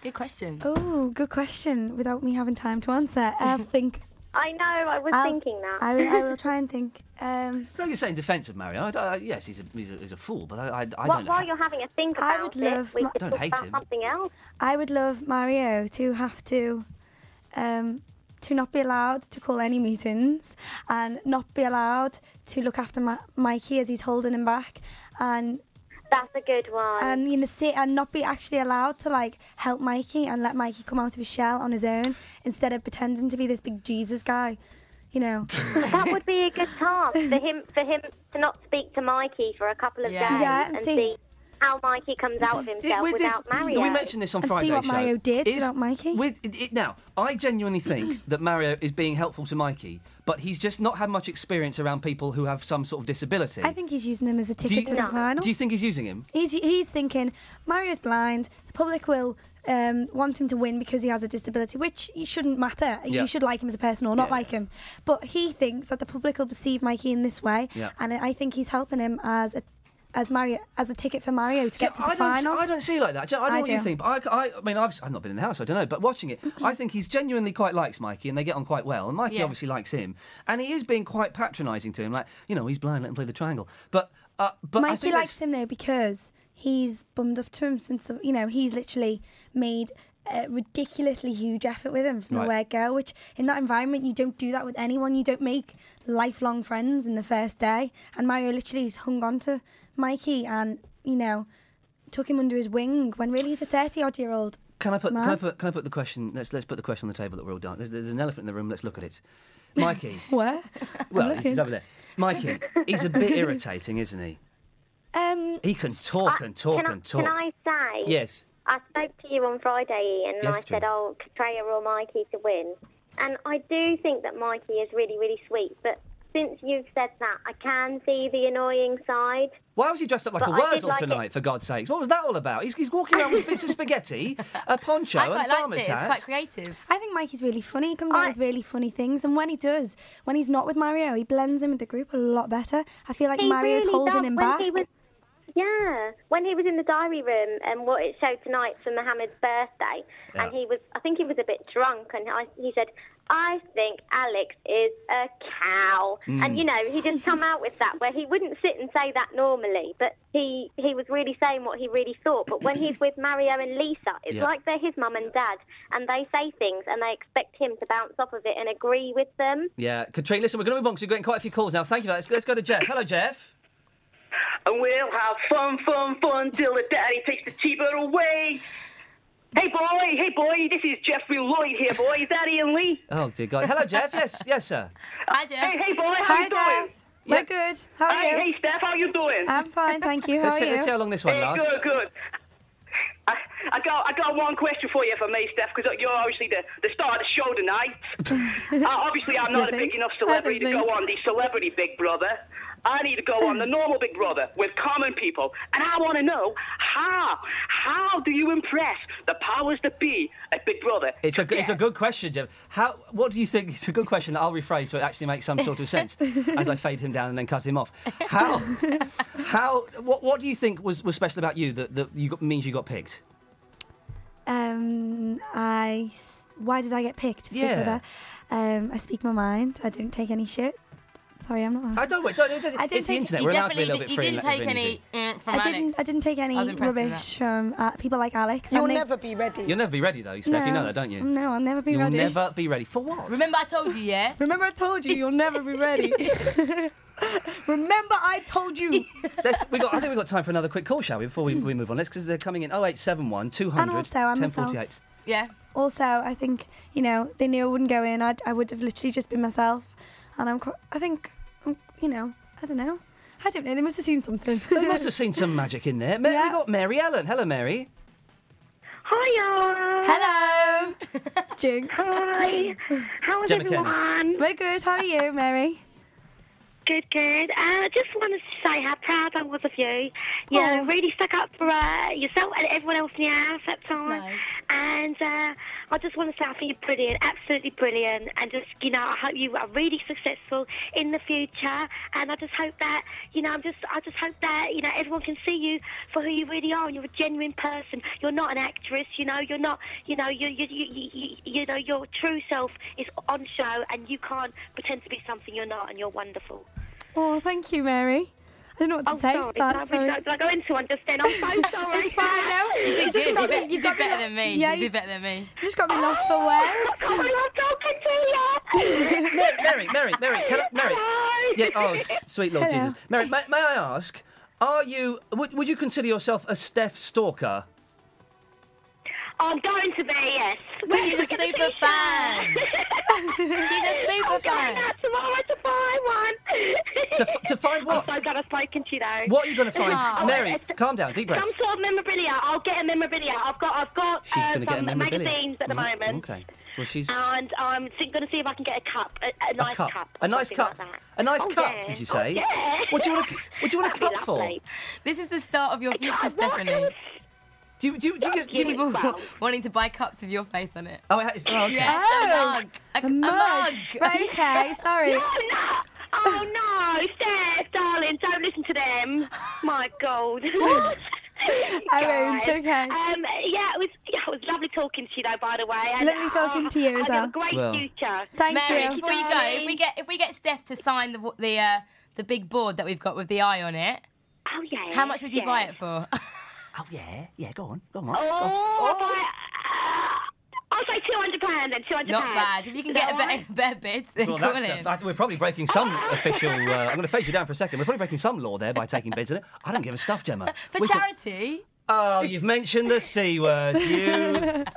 [SPEAKER 2] Good question.
[SPEAKER 3] Oh, good question. Without me having time to answer, I think.
[SPEAKER 17] I know, I was
[SPEAKER 3] I'll-
[SPEAKER 17] thinking that.
[SPEAKER 3] I will, I will try and think. Um,
[SPEAKER 1] No, you're saying defence of Mario. I, I, yes, he's a, he's a he's a fool, but I I, I
[SPEAKER 17] Wh-
[SPEAKER 1] don't.
[SPEAKER 17] while you're having a think about
[SPEAKER 3] I would love
[SPEAKER 17] it, we
[SPEAKER 3] Ma-
[SPEAKER 17] could
[SPEAKER 1] Don't
[SPEAKER 17] talk
[SPEAKER 1] hate
[SPEAKER 17] about
[SPEAKER 1] him.
[SPEAKER 17] something else.
[SPEAKER 3] I would love Mario to have to um, to not be allowed to call any meetings and not be allowed to look after Ma- Mikey as he's holding him back and
[SPEAKER 17] That's a good one.
[SPEAKER 3] and you know sit and not be actually allowed to like help Mikey and let Mikey come out of his shell on his own instead of pretending to be this big Jesus guy, you know.
[SPEAKER 17] that would be a good task for him for him to not speak to Mikey for a couple of
[SPEAKER 3] Yeah.
[SPEAKER 17] days
[SPEAKER 3] Yeah, and
[SPEAKER 17] and
[SPEAKER 3] see-
[SPEAKER 17] see, how Mikey comes out of
[SPEAKER 1] Yeah,
[SPEAKER 17] himself
[SPEAKER 1] with this-
[SPEAKER 17] without Mario.
[SPEAKER 1] We mentioned this on
[SPEAKER 3] And see
[SPEAKER 1] Friday.
[SPEAKER 3] what
[SPEAKER 1] show.
[SPEAKER 3] Mario did
[SPEAKER 1] Is-
[SPEAKER 3] without Mikey.
[SPEAKER 1] With it, it- now, I genuinely think that Mario is being helpful to Mikey, but he's just not had much experience around people who have some sort of disability.
[SPEAKER 3] I think he's using him as a
[SPEAKER 1] do you,
[SPEAKER 3] ticket to the final.
[SPEAKER 1] do you think he's using him?
[SPEAKER 3] He's he's thinking Mario's blind. The public will um, want him to win because he has a disability, which it shouldn't matter.
[SPEAKER 1] Yeah.
[SPEAKER 3] You should like him as a person or not
[SPEAKER 1] Yeah.
[SPEAKER 3] like him. But he thinks that the public will perceive Mikey in this way,
[SPEAKER 1] Yeah.
[SPEAKER 3] and I think he's helping him as a as Mario as a ticket for Mario to get to the
[SPEAKER 1] I don't,
[SPEAKER 3] final.
[SPEAKER 1] I don't see it like that. Do you know- I don't know
[SPEAKER 3] I
[SPEAKER 1] what you
[SPEAKER 3] do.
[SPEAKER 1] think, but I, I, I mean, I've, I've not been in the house, so I don't know. But watching it, I think he's genuinely quite likes Mikey, and they get on quite well. And Mikey
[SPEAKER 2] Yeah.
[SPEAKER 1] obviously likes him, and he is being quite patronising to him, like you know, he's blind, let him play the triangle. But uh, but I
[SPEAKER 3] Mikey
[SPEAKER 1] think
[SPEAKER 3] likes
[SPEAKER 1] that's-
[SPEAKER 3] him though because he's bummed up to him since the, you know he's literally made a ridiculously huge effort with him from the
[SPEAKER 1] Right.
[SPEAKER 3] word go. Which in that environment you don't do that with anyone. You don't make lifelong friends in the first day. And Mario literally has hung on to Mikey and you know took him under his wing when really he's a thirty odd year old.
[SPEAKER 1] Can I put?
[SPEAKER 3] man.
[SPEAKER 1] Can I put? Can I put the question? Let's let's put the question on the table that we're all done. There's, there's an elephant in the room. Let's look at it. Mikey.
[SPEAKER 3] Where?
[SPEAKER 1] well,
[SPEAKER 3] looking.
[SPEAKER 1] he's over there. Mikey. He's a bit irritating, isn't he?
[SPEAKER 3] Um,
[SPEAKER 1] He can talk and talk
[SPEAKER 17] Uh, can, I,
[SPEAKER 1] and talk.
[SPEAKER 17] can I say?
[SPEAKER 1] Yes.
[SPEAKER 17] I spoke to you on Friday, Ian, and
[SPEAKER 1] Yes,
[SPEAKER 17] I said,
[SPEAKER 1] Katrina.
[SPEAKER 17] "Oh, Katreya or Mikey to win." And I do think that Mikey is really, really sweet, but since you've said that, I can see the annoying side.
[SPEAKER 1] Why was he dressed up like
[SPEAKER 17] But
[SPEAKER 1] a
[SPEAKER 17] I did
[SPEAKER 1] Wurzel
[SPEAKER 17] like it.
[SPEAKER 1] tonight, for God's sakes? What was that all about? He's, he's walking around with bits of spaghetti, a poncho,
[SPEAKER 2] I quite
[SPEAKER 1] and
[SPEAKER 2] liked it.
[SPEAKER 1] farmer's
[SPEAKER 2] It's
[SPEAKER 1] hat.
[SPEAKER 2] quite creative.
[SPEAKER 3] I think Mikey's really funny. He comes out with really funny things, and when he does, when he's not with Mario, he blends in with the group a lot better. I feel like
[SPEAKER 17] He
[SPEAKER 3] Mario's
[SPEAKER 17] really
[SPEAKER 3] holding
[SPEAKER 17] does.
[SPEAKER 3] him
[SPEAKER 17] When
[SPEAKER 3] back.
[SPEAKER 17] he was- yeah, when he was in the diary room and what it showed tonight for Mohammed's birthday,
[SPEAKER 1] Yeah.
[SPEAKER 17] and he was, I think he was a bit drunk, and I, he said, I think Alex is a cow.
[SPEAKER 1] Mm.
[SPEAKER 17] And, you know, he just come out with that where he wouldn't sit and say that normally, but he, he was really saying what he really thought. But when he's with Mario and Lisa, it's
[SPEAKER 18] Yeah.
[SPEAKER 17] like they're his mum and dad, and they say things and they expect him to bounce off of it and agree with them.
[SPEAKER 1] Yeah, Katrina, listen, we're going to move on because we're getting quite a few calls now. Thank you for that. Let's, let's go to Jeff. Hello, Jeff.
[SPEAKER 18] And we'll have fun, fun, fun till the daddy takes the cheaper away. Hey boy, hey boy, this is Jeffrey Lloyd here, boy. Daddy and Lee.
[SPEAKER 1] Oh, dear God. Hello, Jeff. Yes, yes, sir.
[SPEAKER 2] Hi, Jeff.
[SPEAKER 18] Hey, hey boy, how
[SPEAKER 3] Hi,
[SPEAKER 18] you
[SPEAKER 3] Jeff.
[SPEAKER 18] doing?
[SPEAKER 3] We're good. How are
[SPEAKER 18] hey,
[SPEAKER 3] you?
[SPEAKER 18] Hey, Steph, how you doing?
[SPEAKER 3] I'm fine, thank you. How
[SPEAKER 1] Let's
[SPEAKER 3] are
[SPEAKER 1] see-
[SPEAKER 3] you?
[SPEAKER 1] let's see how long this one
[SPEAKER 18] hey,
[SPEAKER 1] lasts.
[SPEAKER 18] Good, good. I, I got I got one question for you, if I may, Steph, because you're obviously the, the star of the show tonight. uh, obviously, I'm not a
[SPEAKER 19] Nothing.
[SPEAKER 18] big enough
[SPEAKER 19] I don't
[SPEAKER 18] celebrity to go
[SPEAKER 19] think-
[SPEAKER 18] on the celebrity Big Brother. I need to go on the normal Big Brother with common people, and I want to know how how do you impress the powers that be at Big Brother?
[SPEAKER 1] It's a, it's a good question, Jeff. How, what do you think? It's a good question that I'll rephrase so it actually makes some sort of sense as I fade him down and then cut him off. How, how, what, what do you think was, was special about you that, that you got, means you got picked?
[SPEAKER 3] Um, I. s- Why did I get picked? Big
[SPEAKER 1] Yeah.
[SPEAKER 3] Brother? Um, I speak my mind. I don't take any shit. Sorry, I'm not.
[SPEAKER 1] I don't. Wait, don't it doesn't-
[SPEAKER 3] I didn't
[SPEAKER 1] it's the
[SPEAKER 3] take-
[SPEAKER 1] internet.
[SPEAKER 3] you
[SPEAKER 1] We're allowed to be a little bit
[SPEAKER 2] definitely
[SPEAKER 1] free.
[SPEAKER 2] did- you
[SPEAKER 1] and
[SPEAKER 2] didn't
[SPEAKER 1] let people
[SPEAKER 2] take any,
[SPEAKER 1] do anything.
[SPEAKER 2] mm, from
[SPEAKER 3] I
[SPEAKER 2] Alex.
[SPEAKER 3] didn't. I didn't take any
[SPEAKER 2] I was impressed with
[SPEAKER 3] rubbish from uh, people like Alex.
[SPEAKER 11] You'll
[SPEAKER 3] and they-
[SPEAKER 11] never be ready.
[SPEAKER 1] You'll never be ready, though, Steph. You know
[SPEAKER 3] No.
[SPEAKER 1] that, don't you?
[SPEAKER 3] No, I'll never be
[SPEAKER 1] You'll
[SPEAKER 3] ready.
[SPEAKER 1] never be ready. For what?
[SPEAKER 2] Remember, I told you, yeah.
[SPEAKER 3] Remember, I told you you'll never be ready. Remember, I told you.
[SPEAKER 1] Let's, we got, I think we've got time for another quick call, shall we, before we, we move on? Let's, because they're coming in 0871 200
[SPEAKER 3] And also, I'm myself.
[SPEAKER 1] 1048.
[SPEAKER 2] Yeah.
[SPEAKER 3] Also, I think you know they knew I wouldn't go in. I'd, I would have literally just been myself, and I'm. Quite, I think, i you know, I don't know. I don't know. They must have seen something.
[SPEAKER 1] They must have seen some magic in there. Ma- we got Mary Ellen. Hello, Mary.
[SPEAKER 3] Hiya. Hello. Jinx. Hi. How
[SPEAKER 1] is Gemma Kennedy.
[SPEAKER 3] We're good. How are you, Mary?
[SPEAKER 20] Good, good. Uh, I just wanted to say how proud I was of you. You
[SPEAKER 3] Aw.
[SPEAKER 20] really stuck up for uh, yourself and everyone else in your house that time. And uh, I just want to say I think you're brilliant, absolutely brilliant. And just, you know, I hope you are really successful in the future. And I just hope that, you know, I'm just, I just hope that, you know, everyone can see you for who you really are. And you're a genuine person. You're not an actress, you know. You're not, you know, you, you, you, you, you, you know, your true self is on show, and you can't pretend to be something you're not. And you're wonderful.
[SPEAKER 3] Oh, thank you, Mary. I don't know what to
[SPEAKER 20] Oh,
[SPEAKER 3] say.
[SPEAKER 20] sorry.
[SPEAKER 3] to that,
[SPEAKER 20] Did I-
[SPEAKER 3] sorry.
[SPEAKER 20] did I go into one just then? I'm so sorry.
[SPEAKER 3] It's fine now.
[SPEAKER 2] Oh, You
[SPEAKER 3] Just
[SPEAKER 2] did good. You,
[SPEAKER 3] got me-
[SPEAKER 2] bet-
[SPEAKER 3] you
[SPEAKER 2] you
[SPEAKER 3] got
[SPEAKER 2] did
[SPEAKER 3] me
[SPEAKER 2] better
[SPEAKER 3] lo-
[SPEAKER 2] than me.
[SPEAKER 3] Yeah,
[SPEAKER 2] you
[SPEAKER 3] you-
[SPEAKER 2] did better than me.
[SPEAKER 3] You just got me lost for words.
[SPEAKER 20] I love talking to you.
[SPEAKER 1] Mary, Mary, Mary, can I, Mary. Yeah, oh, sweet Lord
[SPEAKER 20] Hello.
[SPEAKER 1] Jesus. Mary, may, may I ask, are you, would, would you consider yourself a Steph stalker?
[SPEAKER 20] I'm going to be, yes.
[SPEAKER 2] She's a super fan. She's a super
[SPEAKER 20] I'm
[SPEAKER 2] fan.
[SPEAKER 20] going out tomorrow to find one.
[SPEAKER 1] To, f- to find what?
[SPEAKER 20] I'm so glad I've spoken to you, though.
[SPEAKER 1] What are you going to find?
[SPEAKER 20] Oh,
[SPEAKER 1] Mary,
[SPEAKER 20] it's
[SPEAKER 1] calm down, deep breath.
[SPEAKER 20] Some sort of memorabilia. I'll get a memorabilia. I've got, I've got
[SPEAKER 1] She's
[SPEAKER 20] uh,
[SPEAKER 1] going to get a
[SPEAKER 20] some
[SPEAKER 1] memorabilia.
[SPEAKER 20] magazines at the
[SPEAKER 1] Mm,
[SPEAKER 20] moment,
[SPEAKER 1] Okay. Well, she's
[SPEAKER 20] and um, I'm going to see if I can get a cup, a, a nice cup,
[SPEAKER 1] A nice
[SPEAKER 20] something
[SPEAKER 1] cup.
[SPEAKER 20] Like that.
[SPEAKER 1] a nice
[SPEAKER 20] Oh,
[SPEAKER 1] cup,
[SPEAKER 20] yeah.
[SPEAKER 1] did you say?
[SPEAKER 20] Oh, yeah.
[SPEAKER 1] What do you want a, what do you want a cup for?
[SPEAKER 2] This is the start of your future, Stephanie.
[SPEAKER 1] Do you, do you, do you, do you,
[SPEAKER 2] people wanting to buy cups with your face on it?
[SPEAKER 1] Oh, it has, oh, okay.
[SPEAKER 2] Yes,
[SPEAKER 3] Oh,
[SPEAKER 2] a mug. A,
[SPEAKER 3] a
[SPEAKER 2] a
[SPEAKER 3] mug.
[SPEAKER 2] mug.
[SPEAKER 3] Right, okay, sorry.
[SPEAKER 20] No, no. Oh no, Steph, darling, don't listen to them. My God.
[SPEAKER 3] I won't,
[SPEAKER 20] Guys,
[SPEAKER 3] okay.
[SPEAKER 20] Um, yeah, it was yeah, it was lovely talking to you though. By the way, oh,
[SPEAKER 3] Lovely talking to you as
[SPEAKER 20] I
[SPEAKER 3] well.
[SPEAKER 20] Have a great
[SPEAKER 3] Well.
[SPEAKER 20] future.
[SPEAKER 3] Thank
[SPEAKER 2] Mary,
[SPEAKER 3] you.
[SPEAKER 2] before you go, if we get if we get Steph to sign the the uh, the big board that we've got with the eye on it,
[SPEAKER 20] oh yeah.
[SPEAKER 2] how much would you
[SPEAKER 20] yeah.
[SPEAKER 2] buy it for?
[SPEAKER 1] Oh, yeah. Yeah, go on. Go on.
[SPEAKER 20] Oh, I'll buy- I'll say two hundred pounds then. Two hundred.
[SPEAKER 2] Not bad. If you can
[SPEAKER 20] Is
[SPEAKER 2] get
[SPEAKER 20] that
[SPEAKER 2] a better, better bid, then
[SPEAKER 1] Well,
[SPEAKER 2] call
[SPEAKER 1] that's
[SPEAKER 2] it.
[SPEAKER 1] the- I- we're probably breaking some official. Uh, I'm going to fade you down for a second. We're probably breaking some law there by taking bids in it. I don't give a stuff, Gemma.
[SPEAKER 2] For
[SPEAKER 1] We could-
[SPEAKER 2] charity?
[SPEAKER 1] oh, you've mentioned the c word. You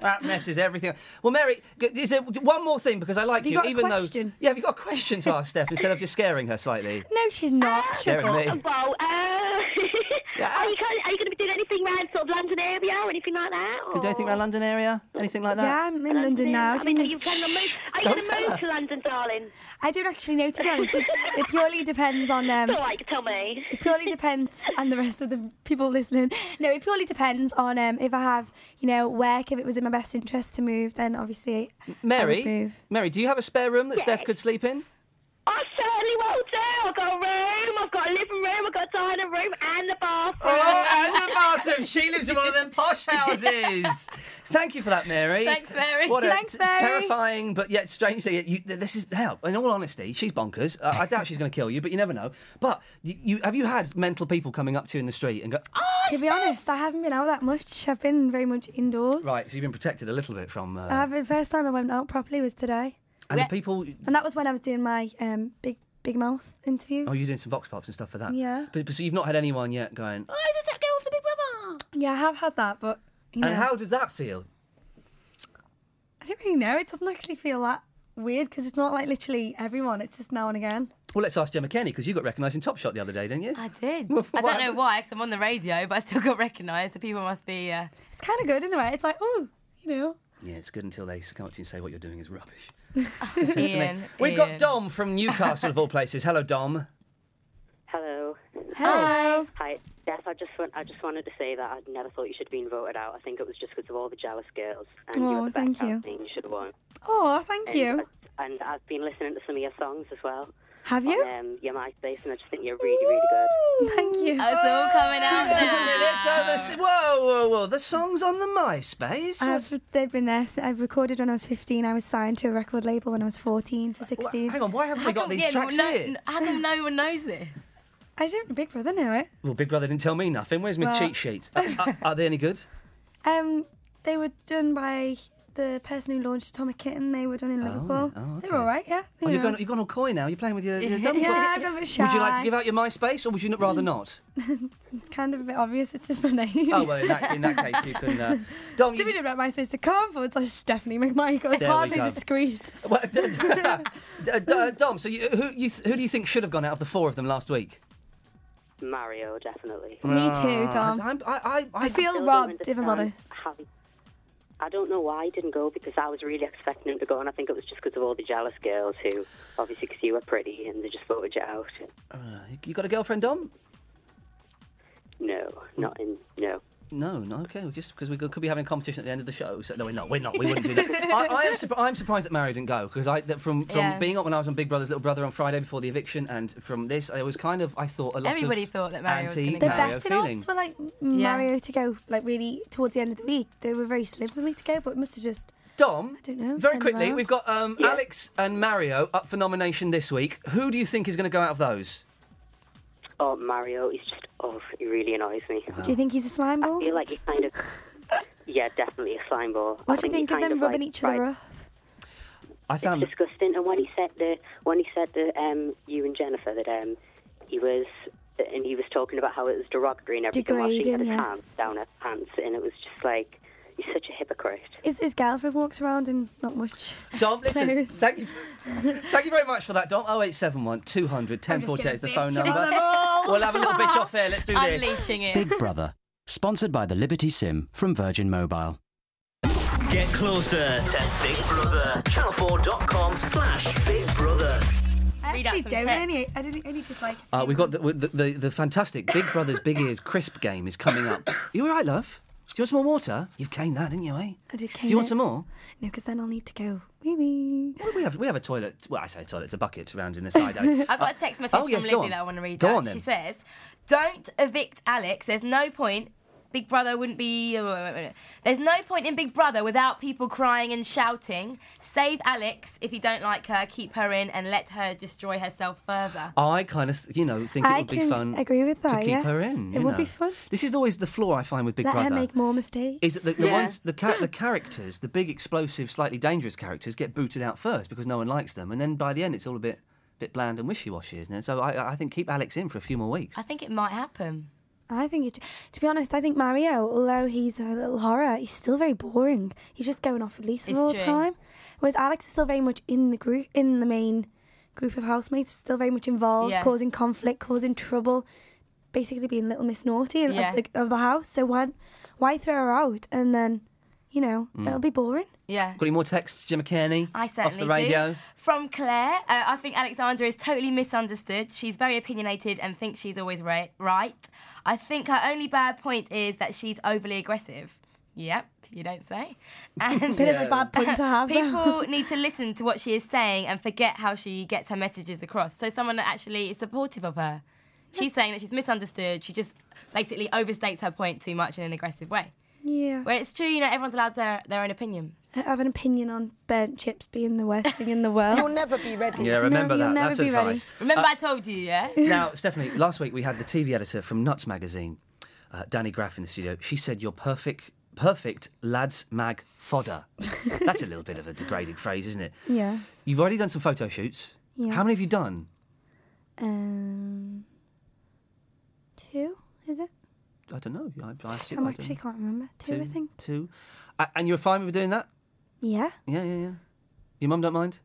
[SPEAKER 1] that messes everything. up. Well, Mary, g- is there one more thing because I
[SPEAKER 3] Have
[SPEAKER 1] like
[SPEAKER 3] you
[SPEAKER 1] you,
[SPEAKER 3] got a
[SPEAKER 1] even
[SPEAKER 3] question?
[SPEAKER 1] though yeah, have you got a question to ask Steph instead of just scaring her slightly?
[SPEAKER 3] No, she's not.
[SPEAKER 1] Sharing me.
[SPEAKER 20] Well, uh, Are you, going, are you going to be doing anything around sort of London area or anything like that? Or?
[SPEAKER 1] Could do anything around London area? Anything like that?
[SPEAKER 3] Yeah, I'm in London now.
[SPEAKER 20] I mean, are you planning on move? Are you
[SPEAKER 1] Don't
[SPEAKER 20] going to
[SPEAKER 1] tell
[SPEAKER 20] move
[SPEAKER 1] her.
[SPEAKER 20] to London, darling?
[SPEAKER 3] I don't actually know to be honest. It, it purely depends on. Um,
[SPEAKER 20] It's all right, you can tell me.
[SPEAKER 3] It purely depends, and the rest of the people listening. No, it purely depends on um, if I have, you know, work. If it was in my best interest to move, then obviously. I would
[SPEAKER 1] Mary,
[SPEAKER 3] move.
[SPEAKER 1] Mary, do you have a spare room that Steph could sleep in?
[SPEAKER 20] I certainly will do. I've got a room, I've got a living room, I've got a dining room, and the bathroom.
[SPEAKER 1] Oh, bathroom. She lives in one of them posh houses. Thank you for that, Mary.
[SPEAKER 20] Thanks, Mary.
[SPEAKER 1] What a
[SPEAKER 20] Thanks,
[SPEAKER 1] t-
[SPEAKER 20] Mary.
[SPEAKER 1] terrifying, but yet strangely, you, th- this is hell. In all honesty, she's bonkers. Uh, I doubt she's going to kill you, but you never know. But you, you have you had mental people coming up to you in the street and go, "Ah,
[SPEAKER 3] to be honest, Oh, I haven't been out that much. I've been very much indoors.
[SPEAKER 1] right? So you've been protected a little bit from. Uh,
[SPEAKER 3] Uh, the first time I went out properly was today,
[SPEAKER 1] and the people.
[SPEAKER 3] and that was when I was doing my um, big big mouth interviews.
[SPEAKER 1] Oh, you're doing some vox pops and stuff for that.
[SPEAKER 3] Yeah.
[SPEAKER 1] But, but so you've not had anyone yet going. "Ah,"
[SPEAKER 3] Oh, did that go off the Big Brother? Yeah, I have had that, but you know,
[SPEAKER 1] And how does that feel?
[SPEAKER 3] I don't really know. It doesn't actually feel that weird because it's not like literally everyone. It's just now and again.
[SPEAKER 1] Well, let's ask Gemma Kenny because you got recognised in Top Shot the other day, didn't you?
[SPEAKER 2] I did. I don't know why, because I'm on the radio, but I still got recognised. The people must be. Uh...
[SPEAKER 3] It's kind of good in a way. It's like, oh, you know.
[SPEAKER 1] Yeah, it's good until they come up to you and say what you're doing is rubbish. That's what I mean.
[SPEAKER 2] Ian,
[SPEAKER 1] We've
[SPEAKER 2] Ian.
[SPEAKER 1] got Dom from Newcastle of all places. Hello, Dom.
[SPEAKER 19] Hello.
[SPEAKER 3] Hello.
[SPEAKER 19] Hi, Beth. I just want, I just wanted to say that I never thought you should have been voted out. I think it was just because of all the jealous girls, and you
[SPEAKER 3] Oh,
[SPEAKER 19] were the best
[SPEAKER 3] thank you.
[SPEAKER 19] and you should have won.
[SPEAKER 3] Oh, thank
[SPEAKER 19] And
[SPEAKER 3] you.
[SPEAKER 19] I- And I've been listening to some of your songs as well.
[SPEAKER 3] Have you?
[SPEAKER 19] On, um, your MySpace, and I just think you're really, really good.
[SPEAKER 3] Thank you.
[SPEAKER 2] Oh, it's all coming out
[SPEAKER 1] Hang on a minute, so
[SPEAKER 2] now.
[SPEAKER 1] this- whoa, whoa, whoa. Oh, The song's on the MySpace.
[SPEAKER 3] I've, they've been there. So I've recorded when I was 15. I was signed to a record label when I was 14 to 16.
[SPEAKER 1] hang on, why haven't we got these tracks
[SPEAKER 2] no,
[SPEAKER 1] here?
[SPEAKER 2] n- How come no one knows this?
[SPEAKER 3] I don't. Big Brother know it.
[SPEAKER 1] Well, Big Brother didn't tell me nothing. Where's my
[SPEAKER 3] Well-
[SPEAKER 1] cheat sheet? Are, are- are they any good?
[SPEAKER 3] Um, they were done by the person who launched Atomic Kitten. They were done in Liverpool.
[SPEAKER 1] oh,
[SPEAKER 3] They were all right. Yeah. you
[SPEAKER 1] Oh, you're,
[SPEAKER 3] know.
[SPEAKER 1] going, you're going all coy now. You're playing with your. your dumb
[SPEAKER 3] Yeah,
[SPEAKER 1] boy.
[SPEAKER 3] I'm a bit
[SPEAKER 1] Would you like
[SPEAKER 3] shy.
[SPEAKER 1] to give out your MySpace, or would you n- rather not?
[SPEAKER 3] It's kind of a bit obvious. It's just my name.
[SPEAKER 1] Oh well, in that, in that case, you can. Uh, Dom, you,
[SPEAKER 3] www.myspace.com forward slash Stephanie McMichael. It's
[SPEAKER 1] There we
[SPEAKER 3] hardly
[SPEAKER 1] go.
[SPEAKER 3] discreet.
[SPEAKER 1] Well, d- d- d- d- Dom, so you, who you, who do you think should have gone out of the four of them last week?
[SPEAKER 19] Mario, definitely.
[SPEAKER 3] Me too,
[SPEAKER 1] Ah,
[SPEAKER 3] Dom.
[SPEAKER 1] I'm- I, I, I
[SPEAKER 3] feel
[SPEAKER 19] still don't
[SPEAKER 3] robbed, if I'm
[SPEAKER 19] understand
[SPEAKER 3] honest.
[SPEAKER 19] how- I don't know why he didn't go because I was really expecting him to go, and I think it was just because of all the jealous girls who, obviously, because you were pretty and they just voted you out.
[SPEAKER 1] Uh, you got a girlfriend, Dom?
[SPEAKER 19] No, not in. No.
[SPEAKER 1] No, no, okay. well, Just because we could could be having a competition at the end of the show. So, no, we're not. We're not. We wouldn't do that. I, I am surp- I'm surprised that Mary didn't go because I that from from
[SPEAKER 2] Yeah.
[SPEAKER 1] being up when I was on Big Brother's Little Brother on Friday before the eviction, and from this, I was kind of I thought a lot
[SPEAKER 2] Everybody
[SPEAKER 1] of
[SPEAKER 2] thought that Mario was
[SPEAKER 1] anti
[SPEAKER 2] gonna
[SPEAKER 3] The
[SPEAKER 1] Mario
[SPEAKER 3] betting
[SPEAKER 1] feeling.
[SPEAKER 3] odds were like
[SPEAKER 2] Yeah.
[SPEAKER 3] Mario to go like really towards the end of the week. They were very slim for me to go, but it must have just
[SPEAKER 1] Dom,
[SPEAKER 3] I don't know.
[SPEAKER 1] very
[SPEAKER 3] turned
[SPEAKER 1] quickly,
[SPEAKER 3] around.
[SPEAKER 1] we've got um, Alex and Mario up for nomination this week. Who do you think is going to go out of those?
[SPEAKER 19] Oh, Mario, he's just. Oh, he really annoys me.
[SPEAKER 3] Do you think he's a slime ball?
[SPEAKER 19] I feel like he kind of. Yeah, definitely a slime ball.
[SPEAKER 3] What do you think of them rubbing each other
[SPEAKER 19] up?
[SPEAKER 3] up?
[SPEAKER 1] I found
[SPEAKER 19] it's disgusting. And when he said that, when he said that, um, you and Jennifer, that um, he was, and he was talking about how it was derogatory and everything while she had
[SPEAKER 3] Degrading,
[SPEAKER 19] his
[SPEAKER 3] yes.
[SPEAKER 19] hands down her pants, and it was just like, he's such a hypocrite.
[SPEAKER 3] His, his girlfriend walks around and not much.
[SPEAKER 1] Dom, listen, thank you, thank you very much for that, Dom. 0871 200 1048 is the phone number. We'll have a little bitch off here. Let's do this.
[SPEAKER 2] Unleashing it.
[SPEAKER 4] Big Brother, sponsored by the Liberty Sim from Virgin Mobile.
[SPEAKER 5] Get closer to Big Brother. Channel4.com slash Big Brother.
[SPEAKER 3] I
[SPEAKER 2] Read out
[SPEAKER 3] actually
[SPEAKER 2] some
[SPEAKER 3] don't
[SPEAKER 2] text.
[SPEAKER 3] any. I didn't any dislike.
[SPEAKER 1] Uh, we've got the, the, the, the fantastic Big Brother's Big Ears crisp game is coming up. You all right, love? Do you want some more water? You've caned that, didn't you, eh?
[SPEAKER 3] I did.
[SPEAKER 1] Do you want some more?
[SPEAKER 3] No, because then I'll need to go. Wee wee.
[SPEAKER 1] Well, we have we have a toilet. Well, I say toilet. It's a bucket round in the side. alley.
[SPEAKER 2] I've
[SPEAKER 1] Uh,
[SPEAKER 2] got a text message
[SPEAKER 1] oh, yes,
[SPEAKER 2] from
[SPEAKER 1] go
[SPEAKER 2] Lizzie
[SPEAKER 1] on.
[SPEAKER 2] that I want to read
[SPEAKER 1] Go
[SPEAKER 2] out.
[SPEAKER 1] on, then.
[SPEAKER 2] She says, Don't evict Alex. There's no point. Big Brother wouldn't be. wait, wait, wait. There's no point in Big Brother without people crying and shouting. Save Alex. If you don't like her, keep her in and let her destroy herself further.
[SPEAKER 1] I kind of, you know, think it
[SPEAKER 3] I
[SPEAKER 1] would be
[SPEAKER 3] can
[SPEAKER 1] fun
[SPEAKER 3] agree with
[SPEAKER 1] to
[SPEAKER 3] that,
[SPEAKER 1] keep her
[SPEAKER 3] yes.
[SPEAKER 1] in.
[SPEAKER 3] It
[SPEAKER 1] you
[SPEAKER 3] would be
[SPEAKER 1] know.
[SPEAKER 3] fun.
[SPEAKER 1] This is always the flaw I find with Big
[SPEAKER 3] Let
[SPEAKER 1] Brother.
[SPEAKER 3] her make more mistakes.
[SPEAKER 1] is that the, the
[SPEAKER 3] Yeah.
[SPEAKER 1] ones the ca- the characters, the big explosive, slightly dangerous characters, get booted out first because no one likes them, and then by the end it's all a bit bit bland and wishy washy, isn't it? So I I think keep Alex in for a few more weeks.
[SPEAKER 2] I think it might happen.
[SPEAKER 3] I think, it, to be honest, I think Mario, although he's a little horror, he's still very boring. He's just going off with Lisa
[SPEAKER 2] It's
[SPEAKER 3] all the
[SPEAKER 2] true.
[SPEAKER 3] time. Whereas Alex is still very much in the group, in the main group of housemates, still very much involved,
[SPEAKER 2] Yeah.
[SPEAKER 3] causing conflict, causing trouble, basically being little Miss Naughty and
[SPEAKER 2] Yeah.
[SPEAKER 3] of, the, of the house. So why why throw her out and then you know
[SPEAKER 1] Mm.
[SPEAKER 3] it'll be boring.
[SPEAKER 2] Yeah.
[SPEAKER 1] Got any more texts, Jim McKinney?
[SPEAKER 2] I certainly
[SPEAKER 1] Off the radio?
[SPEAKER 2] do. From Claire, uh, I think Alexandra is totally misunderstood. She's very opinionated and thinks she's always right. Right. I think her only bad point is that she's overly aggressive. Yep, you don't say. And
[SPEAKER 3] Bit of a bad point to have, though.
[SPEAKER 2] People need to listen to what she is saying and forget how she gets her messages across. So someone that actually is supportive of her. She's saying that she's misunderstood. She just basically overstates her point too much in an aggressive way.
[SPEAKER 3] Yeah.
[SPEAKER 2] Where it's true, you know, everyone's allowed their, their own opinion.
[SPEAKER 3] I have an opinion on burnt chips being the worst thing in the world.
[SPEAKER 2] You'll
[SPEAKER 3] never be ready.
[SPEAKER 1] Yeah, remember that. That's advice.
[SPEAKER 2] Remember,
[SPEAKER 1] Uh,
[SPEAKER 2] I told you, yeah?
[SPEAKER 1] Now, Stephanie, last week we had the TV editor from Nuts magazine, uh, Danny Graff, in the studio. She said you're perfect, perfect lads mag fodder. That's a little bit of a degrading phrase, isn't it?
[SPEAKER 3] Yeah.
[SPEAKER 1] You've already done some photo shoots.
[SPEAKER 3] Yeah.
[SPEAKER 1] How many have you done?
[SPEAKER 3] Um, two is it?
[SPEAKER 1] I don't know. I, I assume
[SPEAKER 3] I
[SPEAKER 1] I
[SPEAKER 3] actually
[SPEAKER 1] don't-
[SPEAKER 3] can't remember. Two, I think.
[SPEAKER 1] Two. A- and you're fine with doing that?
[SPEAKER 3] Yeah.
[SPEAKER 1] Yeah, yeah, yeah. Your mum don't mind?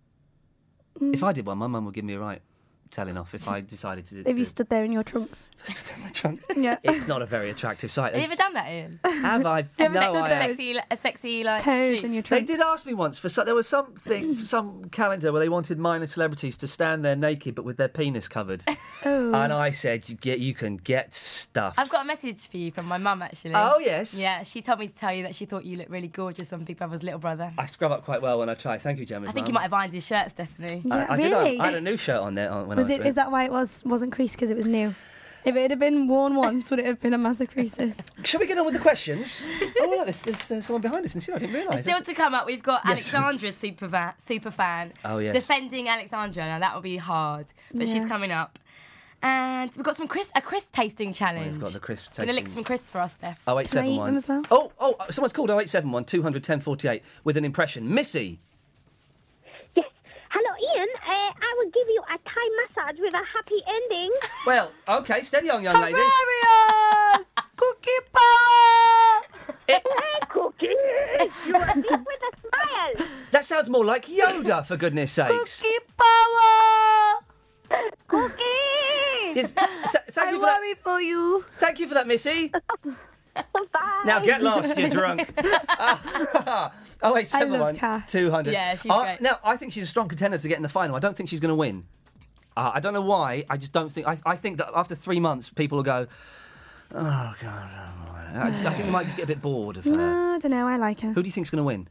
[SPEAKER 3] Mm.
[SPEAKER 1] If I did one, my mum would give me a right telling off if I decided to do
[SPEAKER 3] If you
[SPEAKER 1] to-
[SPEAKER 3] stood there in your trunks.
[SPEAKER 1] yeah. It's not a very attractive sight.
[SPEAKER 2] Have you ever done that, Ian?
[SPEAKER 1] Have I?
[SPEAKER 2] Ever
[SPEAKER 1] no,
[SPEAKER 2] sexy-
[SPEAKER 1] I haven't.
[SPEAKER 2] sexy, a sexy like shoot?
[SPEAKER 1] They did ask me once for so, there was something some calendar where they wanted minor celebrities to stand there naked but with their penis covered,
[SPEAKER 2] Oh.
[SPEAKER 1] and I said you get you can get stuff.
[SPEAKER 2] I've got a message for you from my mum actually.
[SPEAKER 1] Oh, yes.
[SPEAKER 2] Yeah, she told me to tell you that she thought you looked really gorgeous on Big Brother's little brother.
[SPEAKER 1] I scrub up quite well when I try. Thank you, Gemma.
[SPEAKER 2] I think you might have ironed his shirt, Stephanie.
[SPEAKER 1] I, I did. I, I had a new shirt on there uh,
[SPEAKER 3] was
[SPEAKER 1] when I was
[SPEAKER 3] it? Is that why it was wasn't creased because it was new? If it had been worn once, would it have been a massive creases?
[SPEAKER 1] Shall we get on with the questions? oh, look, there's, there's uh, someone behind us. And see, I didn't realise.
[SPEAKER 2] Still to come up, we've got
[SPEAKER 1] Yes.
[SPEAKER 2] Alexandra's super, va- super fan.
[SPEAKER 1] Oh, yes.
[SPEAKER 2] Defending Alexandra. Now, that will be hard, but she's
[SPEAKER 1] Yeah.
[SPEAKER 2] coming up. And we've got some crisp, a crisp tasting challenge.
[SPEAKER 1] We've got the crisp
[SPEAKER 2] Gonna lick
[SPEAKER 1] tasting-
[SPEAKER 2] some crisps for us, Steph.
[SPEAKER 1] Oh eight seven one. Oh, oh, someone's called 0871 200 1048 with an impression. Missy,
[SPEAKER 20] Hello, Ian. Uh, I will give you a Thai massage with a happy ending.
[SPEAKER 1] Well, okay, steady on, young lady.
[SPEAKER 20] Hilarious! Cookie power! Cookie! You are deep with a smile!
[SPEAKER 1] That sounds more like Yoda, for goodness sakes.
[SPEAKER 20] Cookie power! Cookie!
[SPEAKER 1] Yes, th- thank you for that.
[SPEAKER 20] for you.
[SPEAKER 1] Thank you for that, Missy. Now get lost, you drunk. oh wait,
[SPEAKER 3] I
[SPEAKER 1] seven
[SPEAKER 3] love
[SPEAKER 1] one
[SPEAKER 3] Kath.
[SPEAKER 1] two hundred.
[SPEAKER 3] Yeah, she's
[SPEAKER 1] I,
[SPEAKER 3] great.
[SPEAKER 1] Now I think she's a strong contender to get in the final. I don't think she's going to win. Uh, I don't know why. I just don't think. I, I think that after three months, people will go. Oh god. all right." I, just- I think they might just get a bit bored of her.
[SPEAKER 3] No, I don't know. I like her.
[SPEAKER 1] Who do you think's going to win?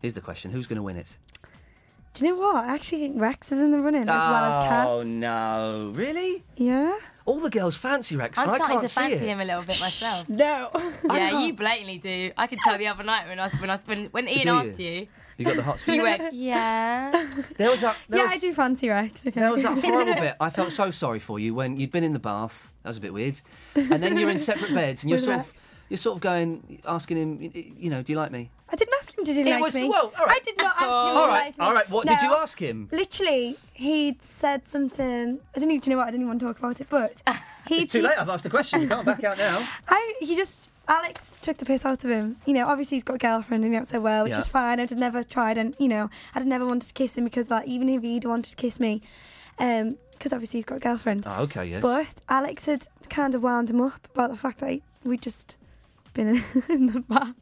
[SPEAKER 1] Here's the question: Who's going to win it?
[SPEAKER 3] Do you know what? I actually think Rex is in the running as well as Kat.
[SPEAKER 1] Oh no! Really?
[SPEAKER 3] Yeah.
[SPEAKER 1] All the girls fancy Rex,
[SPEAKER 2] I'm
[SPEAKER 1] and I
[SPEAKER 2] starting
[SPEAKER 1] can't
[SPEAKER 2] to
[SPEAKER 1] see
[SPEAKER 2] fancy
[SPEAKER 1] it.
[SPEAKER 2] him a little bit myself. Uh,
[SPEAKER 3] No.
[SPEAKER 2] Yeah, you blatantly do. I could tell the other night when I when I when, when Ian
[SPEAKER 1] Do you?
[SPEAKER 2] asked you,
[SPEAKER 1] You got the hot spot.
[SPEAKER 2] you went, yeah.
[SPEAKER 1] There was a there
[SPEAKER 3] yeah,
[SPEAKER 1] was,
[SPEAKER 3] I do fancy Rex. Okay.
[SPEAKER 1] That was that horrible bit. I felt so sorry for you when you'd been in the bath. That was a bit weird. And then you're in separate beds, and you're
[SPEAKER 3] With
[SPEAKER 1] sort of you're sort of going asking him, y- y- you know, do you like me?
[SPEAKER 3] I didn't ask him to do
[SPEAKER 1] It
[SPEAKER 3] like
[SPEAKER 1] was-
[SPEAKER 3] me.
[SPEAKER 1] well, all
[SPEAKER 3] I did not ask him.
[SPEAKER 1] all
[SPEAKER 3] to
[SPEAKER 1] right,
[SPEAKER 3] do Oh.
[SPEAKER 1] all right,
[SPEAKER 3] like me.
[SPEAKER 1] What did
[SPEAKER 3] No.
[SPEAKER 1] you ask him?
[SPEAKER 3] Literally, he'd said something. I don't even do you know what. I didn't even want to talk about it, but he.
[SPEAKER 1] It's too late. I've asked the question. You can't back out now.
[SPEAKER 3] I he just Alex took the piss out of him. You know, obviously he's got a girlfriend and he not so well, which
[SPEAKER 1] Yeah.
[SPEAKER 3] is fine. I'd never tried and you know, I'd never wanted to kiss him because like even if he'd wanted to kiss me, um, because obviously he's got a girlfriend.
[SPEAKER 1] Oh, okay, yes.
[SPEAKER 3] But Alex had kind of wound him up about the fact that we just been in, in the bath.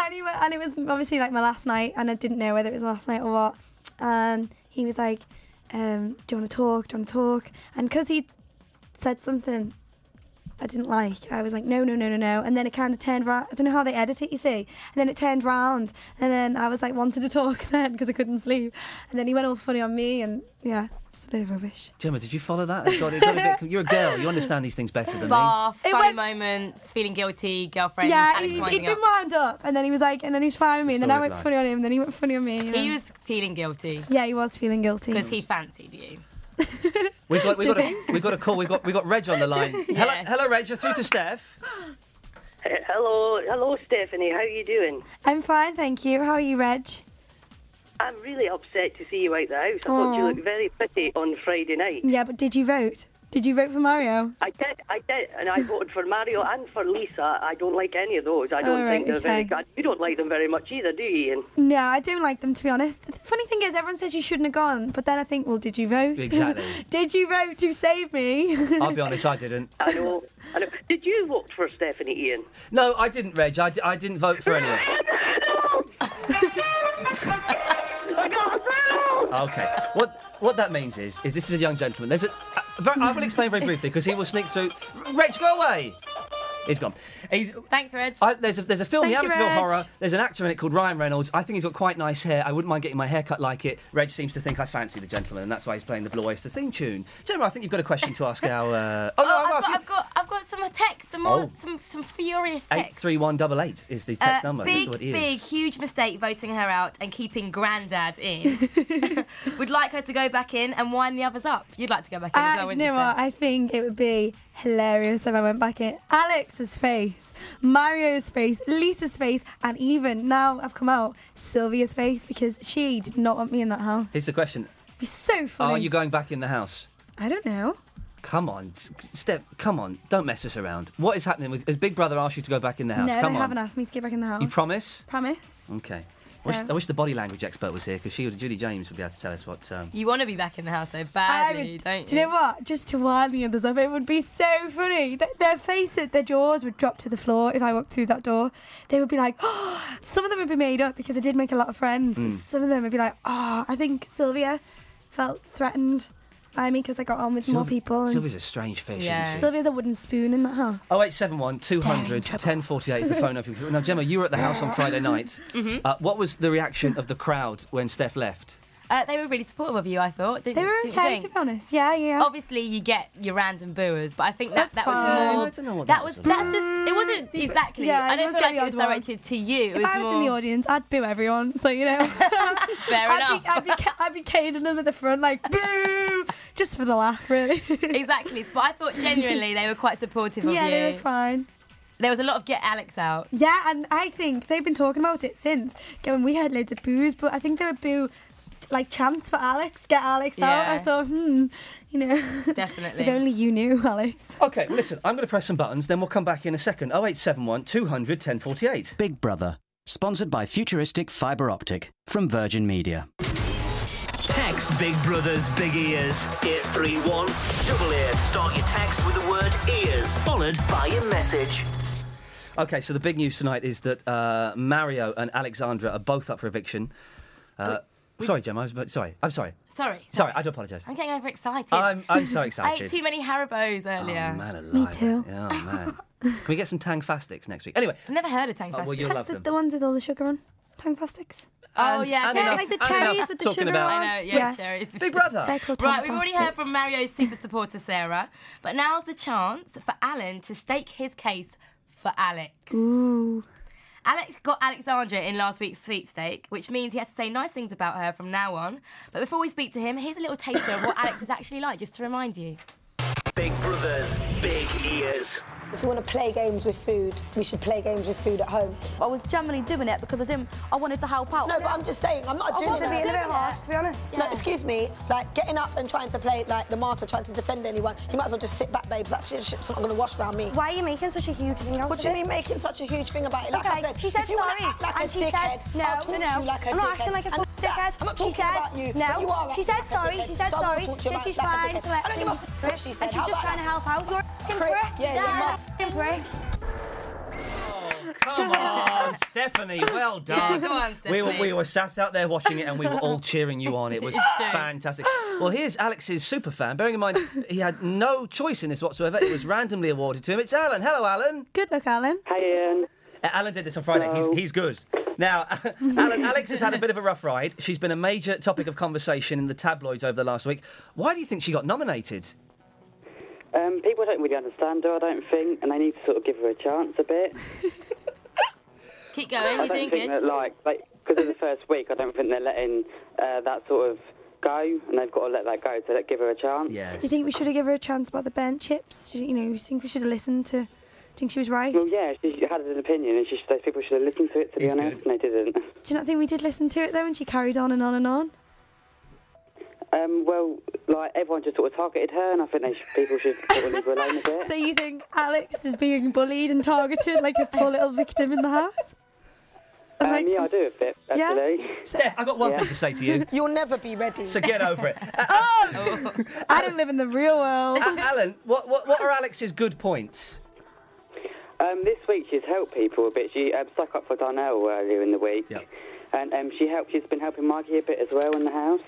[SPEAKER 3] and, he, wa- and it was obviously like my last night, and I didn't know whether it was last night or what. And he was like, um, "Do you want to talk? Do you want to talk?" And because he said something I didn't like. I was like, no, no, no, no, no. And then it kind of turned round. I don't know how they edit it, you see. And then it turned round. And then I was like, wanted to talk then because I couldn't sleep. And then he went all funny on me. And yeah, it's a bit of rubbish.
[SPEAKER 1] Gemma, did you follow that? It got- it got a bit- you're a girl. You understand these things better than me.
[SPEAKER 2] Bath, funny moments, feeling guilty, girlfriend.
[SPEAKER 3] yeah,
[SPEAKER 2] Alex
[SPEAKER 3] he, had
[SPEAKER 2] winding
[SPEAKER 3] been
[SPEAKER 2] up.
[SPEAKER 3] wound up. And then he was like, and then he's fine with me. And then I
[SPEAKER 1] story of
[SPEAKER 3] went
[SPEAKER 1] life.
[SPEAKER 3] funny on him. And then he went funny on me. and
[SPEAKER 2] He
[SPEAKER 3] then-
[SPEAKER 2] was feeling guilty
[SPEAKER 3] yeah, he was feeling guilty.
[SPEAKER 2] because he fancied you.
[SPEAKER 1] We've got, we've, got a, we've got a call. We've got, we've got Reg on the line. Hello, hello, Reg. You're through to Steph.
[SPEAKER 21] Hello, hello, Stephanie. How are you doing?
[SPEAKER 3] I'm fine, thank you. How are you, Reg?
[SPEAKER 21] I'm really upset to see you out the house. I thought
[SPEAKER 3] Aw.
[SPEAKER 21] you looked very pretty on Friday night.
[SPEAKER 3] Yeah, but did you vote? Did you vote for Mario?
[SPEAKER 21] I did, I did, and I voted for Mario and for Lisa. I don't like any of those. I don't
[SPEAKER 3] All
[SPEAKER 21] think
[SPEAKER 3] right,
[SPEAKER 21] they're very
[SPEAKER 3] okay.
[SPEAKER 21] good. You don't like them very much either, do you, Ian?
[SPEAKER 3] No, I don't like them to be honest. The funny thing is, everyone says you shouldn't have gone, but then I think, well, did you vote?
[SPEAKER 1] Exactly.
[SPEAKER 3] did you vote to save me?
[SPEAKER 1] I'll be honest, I didn't.
[SPEAKER 21] I know. I know. Did you vote for Stephanie, Ian?
[SPEAKER 1] No, I didn't, Reg. I, d- I didn't vote for anyone. Okay. What what that means is is this is a young gentleman. There's a. a very, I will explain very briefly because he will sneak through. Reg, go away. He's gone. He's.
[SPEAKER 2] Thanks, Reg.
[SPEAKER 1] I, there's a there's a film,
[SPEAKER 2] Thank
[SPEAKER 1] The
[SPEAKER 2] you,
[SPEAKER 1] Amityville
[SPEAKER 2] Reg.
[SPEAKER 1] Horror. There's an actor in it called Ryan Reynolds. I think he's got quite nice hair. I wouldn't mind getting my hair cut like it. Reg seems to think I fancy the gentleman, and that's why he's playing the Blue Oyster theme tune. Gemma, I think you've got a question to ask our. Uh, oh no,
[SPEAKER 2] I've,
[SPEAKER 1] I'm
[SPEAKER 2] got,
[SPEAKER 1] asking.
[SPEAKER 2] I've got I've got some texts, some more,
[SPEAKER 1] Oh.
[SPEAKER 2] some some furious
[SPEAKER 1] Eight
[SPEAKER 2] texts.
[SPEAKER 1] three one double eight is the text
[SPEAKER 2] Uh,
[SPEAKER 1] number. That's
[SPEAKER 2] Big,
[SPEAKER 1] what it is.
[SPEAKER 2] big, huge mistake voting her out and keeping Grandad in. Would like her to go back in and wind the others up. You'd like to go back in, as
[SPEAKER 3] I,
[SPEAKER 2] well,
[SPEAKER 3] Uh, you
[SPEAKER 2] wouldn't you?
[SPEAKER 3] know what? I think it would be hilarious if I went back in. Alex's face, Mario's face, Lisa's face, and even now I've come out, Sylvia's face because she did not want me in that house.
[SPEAKER 1] Here's the question:
[SPEAKER 3] It'd be so funny.
[SPEAKER 1] Are Oh, you going back in the house?
[SPEAKER 3] I don't know.
[SPEAKER 1] Come on, S- Steph. Come on, don't mess us around. What is happening? With, has Big Brother asked you to go back in the house?
[SPEAKER 3] no,
[SPEAKER 1] come
[SPEAKER 3] they
[SPEAKER 1] on.
[SPEAKER 3] haven't asked me to get back in the house.
[SPEAKER 1] You promise?
[SPEAKER 3] Promise.
[SPEAKER 1] Okay. I wish,
[SPEAKER 2] So-
[SPEAKER 1] I wish the body language expert was here because she, would- Judy James, would be able to tell us what. Um,
[SPEAKER 2] You want to be back in the house though
[SPEAKER 3] I
[SPEAKER 2] badly,
[SPEAKER 3] would-
[SPEAKER 2] don't you?
[SPEAKER 3] do you know what? Just to wind the others up, it would be so funny. Th- their faces, their jaws would drop to the floor if I walked through that door. They would be like, oh, some of them would be made up because I did make a lot of friends.
[SPEAKER 2] Hmm.
[SPEAKER 3] But
[SPEAKER 1] Mm.
[SPEAKER 3] some of them would be like, oh, I think Sylvia felt threatened by me because I got on with more
[SPEAKER 1] Sylvi-
[SPEAKER 3] people. and-
[SPEAKER 1] Sylvia's a strange fish, isn't she? Oh,
[SPEAKER 3] Sylvia's a wooden spoon in that house.
[SPEAKER 1] 0871 200 1048 is the phone number. Now, Gemma, you were at the house on Friday night.
[SPEAKER 2] Mhm.
[SPEAKER 1] Uh, what was the reaction of the crowd when Steph left?
[SPEAKER 2] Uh, they were really supportive of you, I thought. Didn't, they were
[SPEAKER 3] okay, to
[SPEAKER 2] be
[SPEAKER 3] honest. Yeah, yeah.
[SPEAKER 2] Obviously, you get your random booers, but I think that that was
[SPEAKER 3] fine.
[SPEAKER 2] more.
[SPEAKER 3] I don't know what
[SPEAKER 2] that
[SPEAKER 3] that
[SPEAKER 2] was
[SPEAKER 3] was
[SPEAKER 2] that's just it wasn't exactly.
[SPEAKER 3] Yeah,
[SPEAKER 2] I
[SPEAKER 3] it
[SPEAKER 2] don't
[SPEAKER 3] was
[SPEAKER 2] feel like
[SPEAKER 3] getting
[SPEAKER 2] it was
[SPEAKER 3] the odd one.
[SPEAKER 2] directed to you. it
[SPEAKER 3] if I was in the
[SPEAKER 2] more-
[SPEAKER 3] audience, I'd boo everyone. So you know,
[SPEAKER 2] Fair
[SPEAKER 3] I'd
[SPEAKER 2] enough.
[SPEAKER 3] Be, I'd be, ca- I'd be caning them at the front, like boo, just for the laugh, really.
[SPEAKER 2] exactly. But I thought genuinely they were quite supportive of
[SPEAKER 3] yeah,
[SPEAKER 2] you.
[SPEAKER 3] they were fine.
[SPEAKER 2] There was a lot of get Alex out.
[SPEAKER 3] Yeah, and I think they've been talking about it since. Given we had loads of boos, but I think they were boo like chance for Alex, get Alex out. I
[SPEAKER 1] Yeah.
[SPEAKER 3] thought, hmm, you know,
[SPEAKER 2] Definitely.
[SPEAKER 3] if only you knew, Alex.
[SPEAKER 1] Okay, well, listen, I'm going to press some buttons, then we'll come back in a second. Oh, 0871 200 1048.
[SPEAKER 4] Big Brother, sponsored by futuristic fiber optic from Virgin Media.
[SPEAKER 5] Text Big Brother's Big Ears. 831 double eight. Start your text with the word ears, followed by your message.
[SPEAKER 1] Okay, so the big news tonight is that uh, Mario and Alexandra are both up for eviction. Uh, sorry, Gemma, I was, but sorry, I'm sorry.
[SPEAKER 2] Sorry.
[SPEAKER 1] Sorry, I do Oh, apologise.
[SPEAKER 2] I'm getting overexcited.
[SPEAKER 1] I'm- I'm so
[SPEAKER 2] I
[SPEAKER 1] excited.
[SPEAKER 2] ate too many Haribos earlier.
[SPEAKER 1] Man alive.
[SPEAKER 3] too.
[SPEAKER 1] Oh, man. Can we get some Tang Fastics next week? Anyway,
[SPEAKER 2] I've never heard of Tang
[SPEAKER 1] Oh, well, you'll love
[SPEAKER 3] the,
[SPEAKER 1] them.
[SPEAKER 3] the ones with all the sugar on, tongue plastics.
[SPEAKER 2] Oh yeah,
[SPEAKER 3] yeah, like the
[SPEAKER 1] and enough
[SPEAKER 3] cherries with the
[SPEAKER 1] talking
[SPEAKER 3] sugar
[SPEAKER 1] about-
[SPEAKER 3] on.
[SPEAKER 2] I know, yeah, cherries.
[SPEAKER 1] Big Brother.
[SPEAKER 3] They're called
[SPEAKER 2] Right,
[SPEAKER 3] Tom
[SPEAKER 2] we've already
[SPEAKER 3] Fastets.
[SPEAKER 2] heard from Mario's super supporter Sarah, but now's the chance for Alan to stake his case for Alex.
[SPEAKER 3] Ooh.
[SPEAKER 2] Alex got Alexandra in last week's sweepstake, which means he has to say nice things about her from now on. But before we speak to him, here's a little taster of what Alex is actually like, just to remind you.
[SPEAKER 5] Big Brother's Big Ears.
[SPEAKER 11] If you want to play games with food, we should play games with food at home. I was generally doing it because I didn't. I wanted to help out. No, but I'm just saying, I'm
[SPEAKER 3] Oh,
[SPEAKER 11] not
[SPEAKER 16] I
[SPEAKER 11] doing
[SPEAKER 16] wasn't
[SPEAKER 11] that.
[SPEAKER 16] It's a bit- a bit harsh, to be honest.
[SPEAKER 11] No,
[SPEAKER 16] Yeah.
[SPEAKER 11] excuse me. Like getting up and trying to play like the martyr, trying to defend anyone. You might as well just sit back, babes. That shit's not going to wash around me. Why are you making such a huge thing out
[SPEAKER 16] of it?
[SPEAKER 11] What are you making such a huge thing about it? Like I
[SPEAKER 16] Okay,
[SPEAKER 11] said,
[SPEAKER 16] she said
[SPEAKER 11] if you want to
[SPEAKER 16] sorry,
[SPEAKER 11] act like
[SPEAKER 16] and
[SPEAKER 11] a
[SPEAKER 16] she said-
[SPEAKER 11] dickhead,
[SPEAKER 16] no,
[SPEAKER 11] I'll talk
[SPEAKER 16] no,
[SPEAKER 11] to
[SPEAKER 16] no.
[SPEAKER 11] you like a
[SPEAKER 16] I'm
[SPEAKER 11] dickhead.
[SPEAKER 16] not acting like a
[SPEAKER 11] And
[SPEAKER 16] fucking
[SPEAKER 11] that-
[SPEAKER 16] dickhead.
[SPEAKER 11] I'm not
[SPEAKER 16] She
[SPEAKER 11] talking
[SPEAKER 16] said-
[SPEAKER 11] about you.
[SPEAKER 16] no.
[SPEAKER 11] but you are
[SPEAKER 16] She
[SPEAKER 11] acting
[SPEAKER 16] said
[SPEAKER 11] like a
[SPEAKER 16] sorry,
[SPEAKER 11] dickhead,
[SPEAKER 16] she said
[SPEAKER 11] so I will
[SPEAKER 16] sorry,
[SPEAKER 11] talk to
[SPEAKER 16] said
[SPEAKER 11] you about
[SPEAKER 16] she's
[SPEAKER 11] it like a
[SPEAKER 16] fine,
[SPEAKER 11] dickhead.
[SPEAKER 16] so I-
[SPEAKER 11] I don't give a fuck what she
[SPEAKER 16] And
[SPEAKER 11] said.
[SPEAKER 16] she's
[SPEAKER 11] How
[SPEAKER 16] just
[SPEAKER 11] about
[SPEAKER 16] trying to
[SPEAKER 11] that?
[SPEAKER 16] help out. You're a
[SPEAKER 11] Prick.
[SPEAKER 16] fucking prick.
[SPEAKER 11] Yeah, you're
[SPEAKER 16] You're a
[SPEAKER 11] not.
[SPEAKER 16] fucking prick.
[SPEAKER 1] Come on, Stephanie, well done.
[SPEAKER 16] go on,
[SPEAKER 1] We were,
[SPEAKER 16] Stephanie.
[SPEAKER 1] we were sat out there watching it and we were all cheering you on. It was
[SPEAKER 16] It's true.
[SPEAKER 1] fantastic. Well, here's Alex's super fan. Bearing in mind, he had no choice in this whatsoever. It was randomly awarded to him. It's Alan. Hello, Alan.
[SPEAKER 3] Good luck, Alan.
[SPEAKER 1] Hi, Ian. Alan did this on Friday. He's, he's good. Now, Alan, Alex has had a bit of a rough ride. She's been a major topic of conversation in the tabloids over the last week. Why do you think she got nominated?
[SPEAKER 21] Um, people don't really understand her, I don't think, and they need to sort of give her a chance a bit.
[SPEAKER 2] Keep going,
[SPEAKER 21] I
[SPEAKER 2] you're doing
[SPEAKER 21] don't think that,
[SPEAKER 2] good.
[SPEAKER 21] like, like because of the first week, I don't think they're letting uh, that sort of go, and they've got to let that go to let, give her a chance.
[SPEAKER 1] Yes.
[SPEAKER 3] Do you think we should have given her a chance about the burnt chips? Do you, you know, you think we should have listened to? Do you think she was right?
[SPEAKER 2] Mm.
[SPEAKER 21] Well, yeah, she had an opinion, and she, those people should have listened to it. To be honest, and they didn't.
[SPEAKER 3] Do you not think we did listen to it though? And she carried on and on and on.
[SPEAKER 21] Uh, Um, well, like everyone just sort of targeted her, and I think they should, people should sort of leave her alone a bit.
[SPEAKER 3] So you think Alex is being bullied and targeted like a poor little victim in the house? Uh,
[SPEAKER 21] Um, yeah, I do a bit,
[SPEAKER 3] Yeah.
[SPEAKER 21] actually.
[SPEAKER 1] Steph, I've got one
[SPEAKER 21] Yeah.
[SPEAKER 1] thing to say to you.
[SPEAKER 11] You'll never be ready.
[SPEAKER 1] So get over it.
[SPEAKER 3] Oh! I don't live in the real world.
[SPEAKER 1] A- Alan, what, what, what are Alex's good points?
[SPEAKER 21] Um, this week she's helped people a bit. She um, stuck up for Darnell earlier in the week, and um, she helped. She's been helping Maggie a bit as well in the house,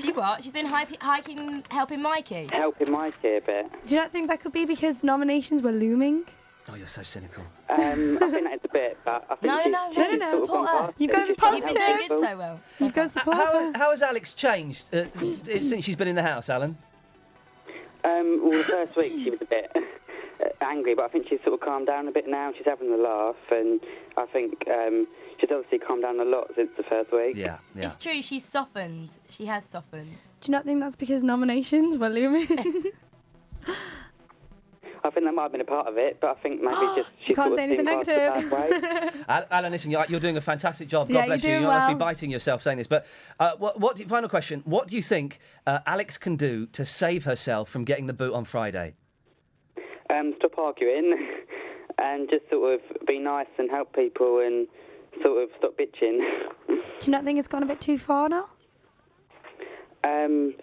[SPEAKER 2] She what? She's been hi- hiking, helping Mikey.
[SPEAKER 21] helping Mikey a bit.
[SPEAKER 3] Do you not think that could be because nominations were looming?
[SPEAKER 1] Oh, you're so cynical.
[SPEAKER 21] Um, I think that's a bit, but uh, I think
[SPEAKER 2] No,
[SPEAKER 21] she's,
[SPEAKER 2] no,
[SPEAKER 21] she's
[SPEAKER 2] no, no, no.
[SPEAKER 21] sort of
[SPEAKER 2] Support
[SPEAKER 21] gone
[SPEAKER 2] her.
[SPEAKER 21] past
[SPEAKER 2] You've
[SPEAKER 21] it.
[SPEAKER 2] gotta be
[SPEAKER 21] She's done
[SPEAKER 2] positive. You've
[SPEAKER 21] helping
[SPEAKER 2] been doing
[SPEAKER 21] people.
[SPEAKER 2] good so well.
[SPEAKER 3] You've got support
[SPEAKER 1] How, how has Alex changed uh, s- since she's been in the house, Alan?
[SPEAKER 21] Um, well, the first week she was a bit uh, angry, but I think she's sort of calmed down a bit now. She's having a laugh, and I think um, she's obviously calmed down a lot since the first week.
[SPEAKER 1] Yeah, yeah.
[SPEAKER 2] It's true, she's softened. She has softened.
[SPEAKER 3] Do you not think that's because nominations were looming?
[SPEAKER 21] I think that might have been a part of it, but I think maybe just she
[SPEAKER 3] you can't
[SPEAKER 21] sort
[SPEAKER 3] say
[SPEAKER 21] of
[SPEAKER 3] anything
[SPEAKER 21] seen past the
[SPEAKER 3] negative.
[SPEAKER 21] bad way.
[SPEAKER 1] Al- Alan, listen, you're, you're doing a fantastic job. God
[SPEAKER 3] Yeah,
[SPEAKER 1] bless you.
[SPEAKER 3] you're
[SPEAKER 1] You're
[SPEAKER 3] doing
[SPEAKER 1] honestly
[SPEAKER 3] well.
[SPEAKER 1] biting yourself saying this. But uh, what, what? do- Final question: What do you think uh, Alex can do to save herself from getting the boot on Friday?
[SPEAKER 21] um, stop arguing and just sort of be nice and help people and sort of stop bitching.
[SPEAKER 3] Do you not think it's gone a bit too far now?
[SPEAKER 21] Um,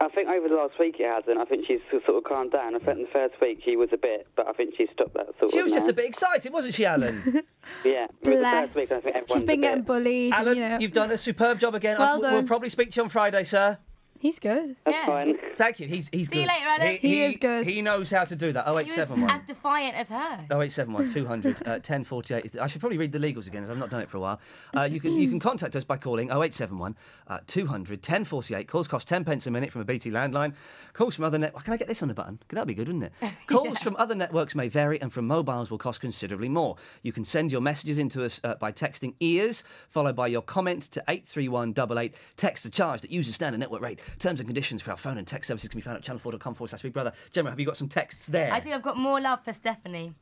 [SPEAKER 21] I think over the last week it hasn't. I think she's sort of calmed down. I think the first week she was a bit, but I think she stopped that sort of.
[SPEAKER 1] She was just
[SPEAKER 21] now.
[SPEAKER 1] a bit excited, wasn't she, Alan?
[SPEAKER 21] Yeah. it was the first week, I think everyone's
[SPEAKER 3] She's
[SPEAKER 21] a
[SPEAKER 3] been
[SPEAKER 21] bit-
[SPEAKER 3] getting bullied.
[SPEAKER 1] Alan,
[SPEAKER 3] and, you know.
[SPEAKER 1] have done a superb job again.
[SPEAKER 3] Well
[SPEAKER 1] I'll- we'll- We'll
[SPEAKER 3] done.
[SPEAKER 1] probably speak to you on Friday, sir.
[SPEAKER 3] He's good.
[SPEAKER 21] That's fine.
[SPEAKER 1] Thank you. He's he's
[SPEAKER 2] See you
[SPEAKER 1] good.
[SPEAKER 2] later, Alan. He is
[SPEAKER 1] good. He knows how to do that. Oh,
[SPEAKER 2] She was as
[SPEAKER 1] 0871.
[SPEAKER 2] defiant as her.
[SPEAKER 1] Oh, 0871 200 uh, 1048. is the- I should probably read the legals again, as I've not done it for a while. Uh, you can you can contact us by calling 0871 uh, 200 1048. Calls cost 10 pence a minute from a BT landline. Calls from other networks. Can I get this on the button? That'd be good, wouldn't it? Calls from other networks may vary, and from mobiles will cost considerably more. You can send your messages into us uh, by texting ears, followed by your comment to 83188. Text the charge that uses standard network rate. Terms and conditions for our phone and text services can be found at channel4.com forward slash big brother. Gemma, have you got some texts there?
[SPEAKER 2] I think I've got more love for Stephanie.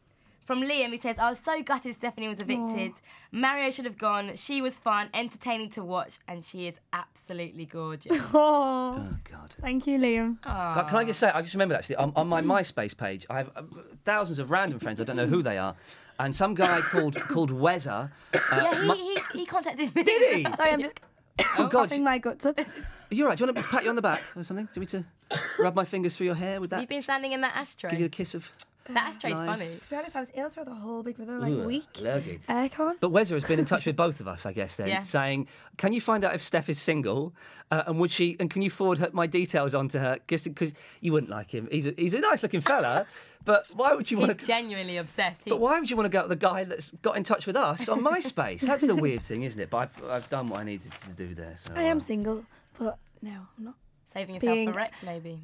[SPEAKER 2] From Liam, he says, I was so gutted Stephanie was evicted. Mario should have gone. She was fun, entertaining to watch, and she is absolutely gorgeous.
[SPEAKER 3] Oh.
[SPEAKER 1] God.
[SPEAKER 3] Thank you, Liam.
[SPEAKER 1] Can- Can I just say, I just remembered actually, on, on my MySpace page, I have uh, thousands of random friends, I don't know who they are, and some guy called called Wezza. Uh,
[SPEAKER 2] yeah, he,
[SPEAKER 1] my-
[SPEAKER 2] he, he contacted me.
[SPEAKER 1] Did he?
[SPEAKER 3] Sorry, I'm just
[SPEAKER 1] oh, God.
[SPEAKER 3] coughing my guts up.
[SPEAKER 1] You're right, do you want to pat you on the back or something? Do you want me to rub my fingers through your hair with that?
[SPEAKER 2] You've been standing in that ashtray.
[SPEAKER 1] Give you a kiss of.
[SPEAKER 2] that ashtray's
[SPEAKER 1] Life.
[SPEAKER 2] funny.
[SPEAKER 3] To be honest, I was ill throughout the whole Big Brother like
[SPEAKER 1] Ugh,
[SPEAKER 3] week. uh,
[SPEAKER 1] lurgy.
[SPEAKER 2] Uh,
[SPEAKER 3] Aircon.
[SPEAKER 1] But Wezza has been in touch with both of us, I guess, then,
[SPEAKER 3] Yeah.
[SPEAKER 1] saying, Can you find out if Steph is single? Uh, and would she, and can you forward her, my details on to her? Because you wouldn't like him. He's a, he's a nice looking fella, but why would you want
[SPEAKER 2] He's
[SPEAKER 1] to.
[SPEAKER 2] genuinely obsessed. He-
[SPEAKER 1] But why would you want to go with the guy that's got in touch with us on MySpace? that's the weird thing, isn't it? But I've, I've done what I needed to do there. So uh,
[SPEAKER 3] I am single, but no, I'm not.
[SPEAKER 2] Saving yourself
[SPEAKER 3] Being-
[SPEAKER 2] for Rex, maybe.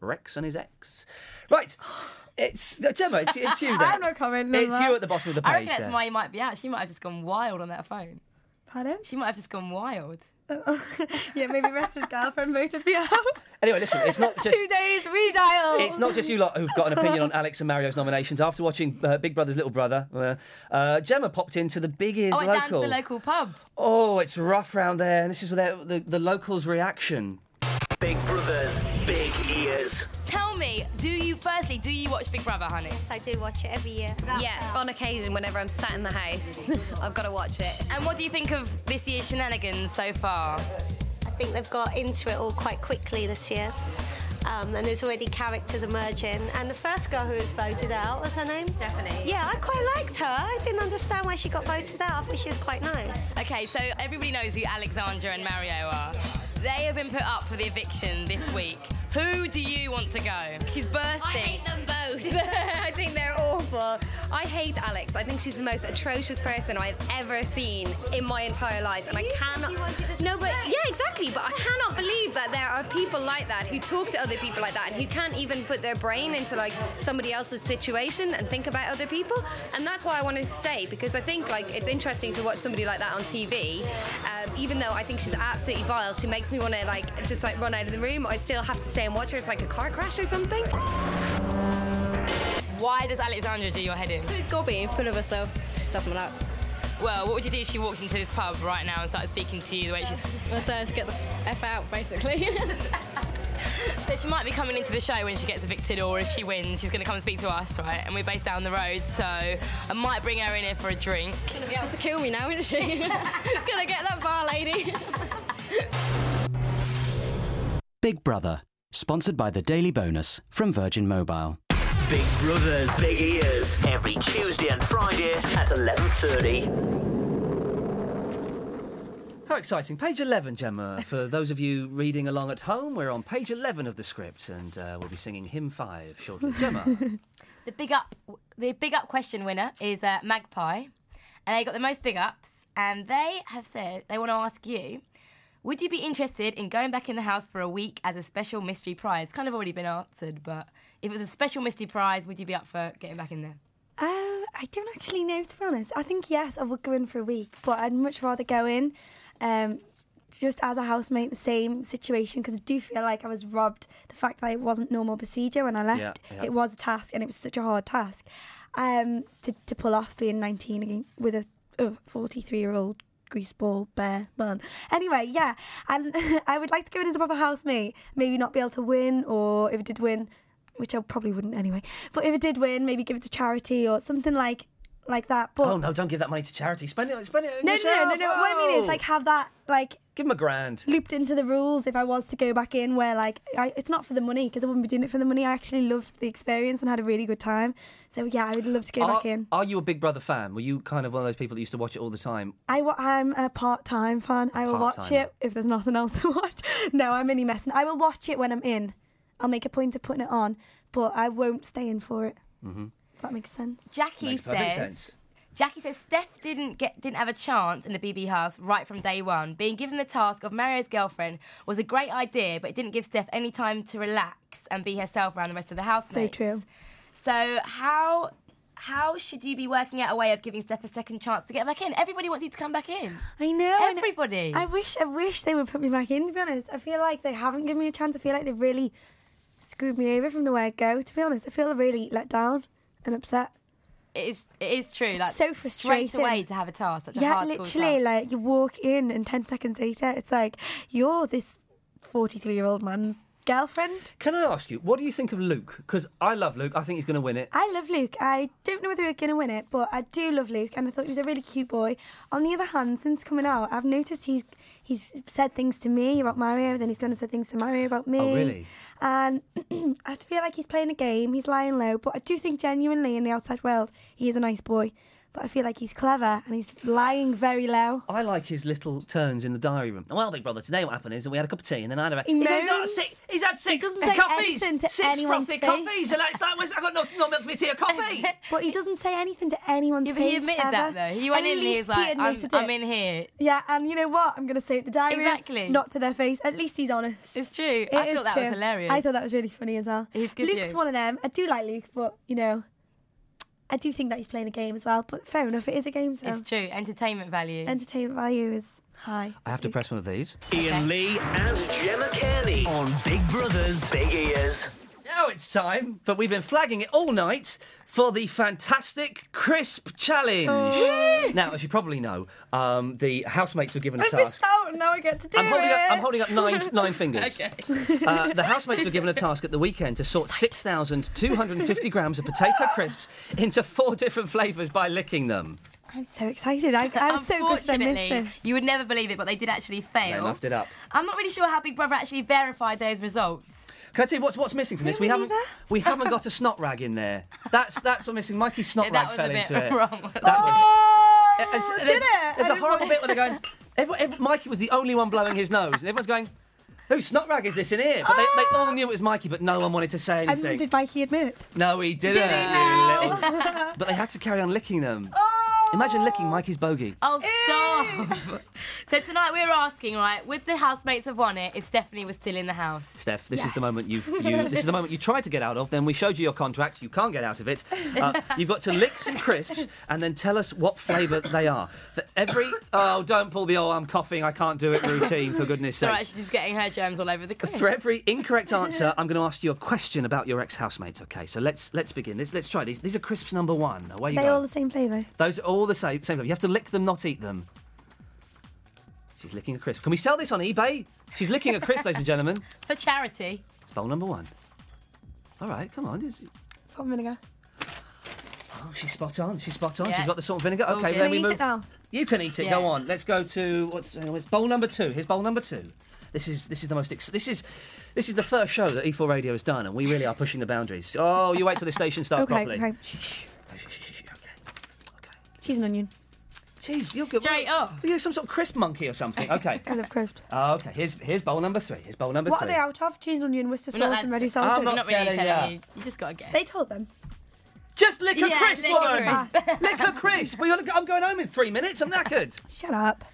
[SPEAKER 1] Rex and his ex. Right. It's uh, Gemma. It's, it's you there.
[SPEAKER 2] I'm not
[SPEAKER 3] commenting
[SPEAKER 2] on
[SPEAKER 1] It's
[SPEAKER 2] that.
[SPEAKER 1] you at the bottom of the
[SPEAKER 2] I
[SPEAKER 1] page.
[SPEAKER 2] reckon that's
[SPEAKER 1] there.
[SPEAKER 2] why he might be out. She might have just gone wild on that phone.
[SPEAKER 3] Pardon?
[SPEAKER 2] She might have just gone wild.
[SPEAKER 3] yeah, maybe Rex's girlfriend voted me out.
[SPEAKER 1] Anyway, listen. It's not just.
[SPEAKER 3] Two days redial.
[SPEAKER 1] It's not just you lot who've got an opinion on Alex and Mario's nominations. After watching uh, Big Brother's Little Brother, uh, uh, Gemma popped into the Big Ears
[SPEAKER 2] I went down to
[SPEAKER 1] local.
[SPEAKER 2] Oh, the local pub.
[SPEAKER 1] Oh, it's rough round there, and this is where the, the locals' reaction.
[SPEAKER 5] Big Brother's Big Ears.
[SPEAKER 2] Tell me, do you firstly do you watch Big Brother, honey?
[SPEAKER 16] Yes, I do watch it every year. yeah, on occasion, whenever I'm sat in the house, I've got to watch it.
[SPEAKER 2] And what do you think of this year's shenanigans so far?
[SPEAKER 16] I think they've got into it all quite quickly this year. Um, and there's already characters emerging. And the first girl who was voted out, what's her name? Stephanie. Yeah, I quite liked her. I didn't understand why she got voted out. I think she was quite nice.
[SPEAKER 2] Okay, so everybody knows who Alexandra and Mario are. They have been put up for the eviction this week. Who do you want to go? She's bursting.
[SPEAKER 16] I hate them both. I think they're awful. I hate Alex. I think she's the most atrocious person I've ever seen in my entire life, and I cannot. no, but yeah, exactly. But I cannot believe that there are people like that who talk to other people like that and who can't even put their brain into like somebody else's situation and think about other people. And that's why I wanted to stay because I think like it's interesting to watch somebody like that on TV. Um, even though I think she's absolutely vile, she makes me want to like just like run out of the room. I still have to stay and watch her. It's like a car crash or something.
[SPEAKER 2] Why does Alexandra do your head in?
[SPEAKER 16] Gobby, full of herself. She doesn't like.
[SPEAKER 6] Well, what would you do if she walked into this pub right now and started speaking to you the way she's. Well, tell her to get the F out, basically. so she might be coming into the show when she gets evicted, or if she wins, she's going to come and speak to us, right? And we're based down the road, so I might bring her in here for a drink.
[SPEAKER 22] She's gonna be able to kill me now, isn't she? gonna get that bar lady.
[SPEAKER 4] Big Brother, sponsored by the Daily Bonus from Virgin Mobile.
[SPEAKER 5] Big Brothers Big Ears every Tuesday and Friday at 11:30.
[SPEAKER 1] How exciting. Page 11, Gemma. For those of you reading along at home, we're on page 11 of the script and uh, we'll be singing hymn five shortly. Gemma.
[SPEAKER 2] The big up, the big up question winner is uh, Magpie, and they got the most big ups. And they have said they want to ask you, would you be interested in going back in the house for a week as a special mystery prize? Kind of already been answered, but if it was a special mystery prize, would you be up for getting back in there?
[SPEAKER 3] Um, I don't actually know to be honest. I think yes, I would go in for a week, but I'd much rather go in, um, just as a housemate, the same situation because I do feel like I was robbed. The fact that it wasn't normal procedure when I left,
[SPEAKER 23] yeah.
[SPEAKER 3] it was a task and it was such a hard task, um, to to pull off being 19 again with a 43 year old greaseball bear man. Anyway, yeah, I I would like to go in as a proper housemate. Maybe not be able to win, or if it did win, which I probably wouldn't anyway. But if it did win, maybe give it to charity or something like like that. But
[SPEAKER 1] oh, no, don't give that money to charity. Spend it, spend it on
[SPEAKER 3] no, no, no,
[SPEAKER 1] yourself.
[SPEAKER 3] no, no. What I mean
[SPEAKER 1] Oh.
[SPEAKER 3] is like have that like
[SPEAKER 1] Give him a grand.
[SPEAKER 3] looped into the rules. If I was to go back in, where like I, it's not for the money because I wouldn't be doing it for the money. I actually loved the experience and had a really good time. So yeah, I would love to go
[SPEAKER 1] are,
[SPEAKER 3] back in.
[SPEAKER 1] Are you a Big Brother fan? Were you kind of one of those people that used to watch it all the time?
[SPEAKER 3] I wa- I'm a part-time fan. I will watch
[SPEAKER 1] Part-timer.
[SPEAKER 3] it if there's nothing else to watch. No, I'm only messing. I will watch it when I'm in. I'll make a point of putting it on, but I won't stay in for it.
[SPEAKER 1] Mm-hmm.
[SPEAKER 3] If that makes sense.
[SPEAKER 2] Jackie says. Jackie says Steph didn't get didn't have a chance in the BB house right from day one. Being given the task of Mario's girlfriend was a great idea, but it didn't give Steph any time to relax and be herself around the rest of the house.
[SPEAKER 3] So true.
[SPEAKER 2] So how how should you be working out a way of giving Steph a second chance to get back in? Everybody wants you to come back in.
[SPEAKER 3] I know. and
[SPEAKER 2] Everybody.
[SPEAKER 3] I wish. I wish they would put me back in. To be honest, I feel like they haven't given me a chance. I feel like they've really screwed me over from the word go. To be honest, I feel really let down and upset.
[SPEAKER 2] It is it is true. like
[SPEAKER 3] so frustrating.
[SPEAKER 2] straight away to have a task, such a
[SPEAKER 3] yeah,
[SPEAKER 2] hard
[SPEAKER 3] literally, like you walk in and ten seconds later, it's like you're this forty-three-year-old man's girlfriend.
[SPEAKER 1] Can I ask you, what do you think of Luke? Because I love Luke. I think he's going to win it.
[SPEAKER 3] I love Luke. I don't know whether we're going to win it, but I do love Luke, and I thought he was a really cute boy. On the other hand, since coming out, I've noticed he's he's said things to me about Mario, then he's going to say things to Mario about me.
[SPEAKER 1] Oh, really?
[SPEAKER 3] And I feel like he's playing a game. He's lying low, but I do think genuinely in the outside world, he is a nice boy. But I feel like he's clever and he's lying very low.
[SPEAKER 1] I like his little turns in the diary room. Well, Big Brother, today what happened is that we had a cup of tea and then I had a.
[SPEAKER 3] He
[SPEAKER 1] He says,
[SPEAKER 3] moans.
[SPEAKER 1] "Oh, six- he's had six
[SPEAKER 3] doesn't say
[SPEAKER 1] coffees,
[SPEAKER 3] anything to
[SPEAKER 1] six
[SPEAKER 3] anyone's
[SPEAKER 1] frothy
[SPEAKER 3] face.
[SPEAKER 1] coffees, and it's like, "Well, I've got no, no milk for me tea or coffee.
[SPEAKER 3] but he doesn't say anything to anyone's
[SPEAKER 2] Yeah, but
[SPEAKER 3] face.
[SPEAKER 2] he admitted
[SPEAKER 3] ever.
[SPEAKER 2] that though. He went
[SPEAKER 3] At
[SPEAKER 2] in and he was
[SPEAKER 3] least
[SPEAKER 2] like, I'm,
[SPEAKER 3] admitted
[SPEAKER 2] I'm
[SPEAKER 3] it."
[SPEAKER 2] in here.
[SPEAKER 3] Yeah, and you know what? I'm going to say it the diary. room,
[SPEAKER 2] Exactly.
[SPEAKER 3] Not to their face. At least he's honest.
[SPEAKER 2] It's true.
[SPEAKER 3] It
[SPEAKER 2] I
[SPEAKER 3] is
[SPEAKER 2] thought that
[SPEAKER 3] true.
[SPEAKER 2] was hilarious.
[SPEAKER 3] I thought that was really funny as well.
[SPEAKER 2] He's good,
[SPEAKER 3] Luke's
[SPEAKER 2] you.
[SPEAKER 3] one of them. I do like Luke, but you know, I do think that he's playing a game as well. But fair enough, it is a game. So
[SPEAKER 2] It's true. Entertainment value.
[SPEAKER 3] entertainment value is high.
[SPEAKER 1] I have to press one of these.
[SPEAKER 5] Ian Lee and Gemma Kearney on Big Brothers Big Ears.
[SPEAKER 1] Now it's time, but we've been flagging it all night for the fantastic crisp challenge.
[SPEAKER 3] Oh.
[SPEAKER 1] Now, as you probably know, um, the housemates were given a
[SPEAKER 3] I
[SPEAKER 1] task.
[SPEAKER 3] missed out, and now I get to do
[SPEAKER 1] I'm holding
[SPEAKER 3] it.
[SPEAKER 1] up- I'm holding up nine- nine fingers.
[SPEAKER 3] okay.
[SPEAKER 1] Uh, the housemates were given a task at the weekend to sort 6,250 grams of potato crisps into four different flavours by licking them.
[SPEAKER 3] I'm so excited. I, I was so good that I missed
[SPEAKER 2] Unfortunately,
[SPEAKER 3] this.
[SPEAKER 2] you would never believe it, but they did actually
[SPEAKER 1] They
[SPEAKER 2] fail.
[SPEAKER 1] muffed it up.
[SPEAKER 2] I'm not really sure how Big Brother actually verified those results.
[SPEAKER 1] Can I tell you what's what's missing from this? We haven't we haven't got a snot rag in there. That's that's what's missing. Mikey's snot
[SPEAKER 2] Yeah, that
[SPEAKER 1] rag
[SPEAKER 2] was
[SPEAKER 1] fell
[SPEAKER 2] a bit
[SPEAKER 1] into it.
[SPEAKER 2] wrong, wasn't
[SPEAKER 1] That
[SPEAKER 16] Oh,
[SPEAKER 1] was. It's- there's there's a horrible bit where they're going. Everyone, every- Mikey was the only one blowing his nose, and everyone's going. Whose snot rag is this in here? But they, they all knew it was Mikey, but no one wanted to say
[SPEAKER 3] Oh. And
[SPEAKER 1] anything.
[SPEAKER 3] did Mikey admit? it?
[SPEAKER 1] No, he didn't.
[SPEAKER 3] Did he
[SPEAKER 1] you
[SPEAKER 3] Oh,
[SPEAKER 1] little- But they had to carry on licking them. Imagine licking Mikey's bogey.
[SPEAKER 2] Oh, stop! so tonight we're asking, right, would the housemates have won it if Stephanie was still in the house?
[SPEAKER 1] Steph, this is the moment you've you. This is the moment you tried to get out of. Then we showed you your contract. You can't get out of it. Uh, you've got to lick some crisps and then tell us what flavour they are. For every oh, don't pull the oh, I'm coughing, I can't do it routine. For goodness'
[SPEAKER 2] It's all
[SPEAKER 1] sake.
[SPEAKER 2] right, she's just getting her germs all over the crib.
[SPEAKER 1] For every incorrect answer, I'm going to ask you a question about your ex-housemates. Okay, so let's let's begin. Let's let's try these. These are crisps number one. Away you
[SPEAKER 3] They
[SPEAKER 1] go.
[SPEAKER 3] all the same flavour.
[SPEAKER 1] Those are all all the same, same level. You have to lick them, not eat them. She's licking a crisp. Can we sell this on eBay? She's licking a crisp, ladies and gentlemen.
[SPEAKER 2] For charity.
[SPEAKER 1] It's bowl number one. All right, come on. Is-
[SPEAKER 3] Salt and vinegar.
[SPEAKER 1] Oh, she's spot on. She's spot on.
[SPEAKER 3] Yeah.
[SPEAKER 1] She's got the salt and vinegar.
[SPEAKER 3] All
[SPEAKER 1] Okay,
[SPEAKER 3] good.
[SPEAKER 1] then
[SPEAKER 3] Can
[SPEAKER 1] we
[SPEAKER 3] we eat
[SPEAKER 1] move.
[SPEAKER 3] it now?
[SPEAKER 1] You can eat it.
[SPEAKER 3] Yeah.
[SPEAKER 1] Go on. Let's go to what's hang on, where's bowl number two. Here's bowl number two. This is this is the most ex- this is this is the first show that E4 Radio has done, and we really are pushing the boundaries. Oh, you wait till the station starts
[SPEAKER 3] okay,
[SPEAKER 1] properly.
[SPEAKER 3] okay. Shh, shh. She's an onion.
[SPEAKER 1] Jeez, you're good. Straight
[SPEAKER 2] up.
[SPEAKER 1] You're some sort of crisp monkey or something. Okay. Oh,
[SPEAKER 3] I love crisps.
[SPEAKER 1] Okay. Here's here's bowl number three. Here's bowl number
[SPEAKER 3] what
[SPEAKER 1] three.
[SPEAKER 3] are they out of? Cheese, and onion, Worcester
[SPEAKER 1] We're not
[SPEAKER 3] sauce, and
[SPEAKER 1] allowed
[SPEAKER 3] ready
[SPEAKER 1] to-
[SPEAKER 3] salted.
[SPEAKER 1] I'm not Not really telling telling you. you.
[SPEAKER 2] You just gotta guess.
[SPEAKER 3] They told them.
[SPEAKER 1] Just lick a
[SPEAKER 3] Yeah,
[SPEAKER 1] crisp,
[SPEAKER 3] lick a
[SPEAKER 1] woman. lick a crisp. We gotta go- I'm going home in three minutes. I'm knackered.
[SPEAKER 3] Shut up.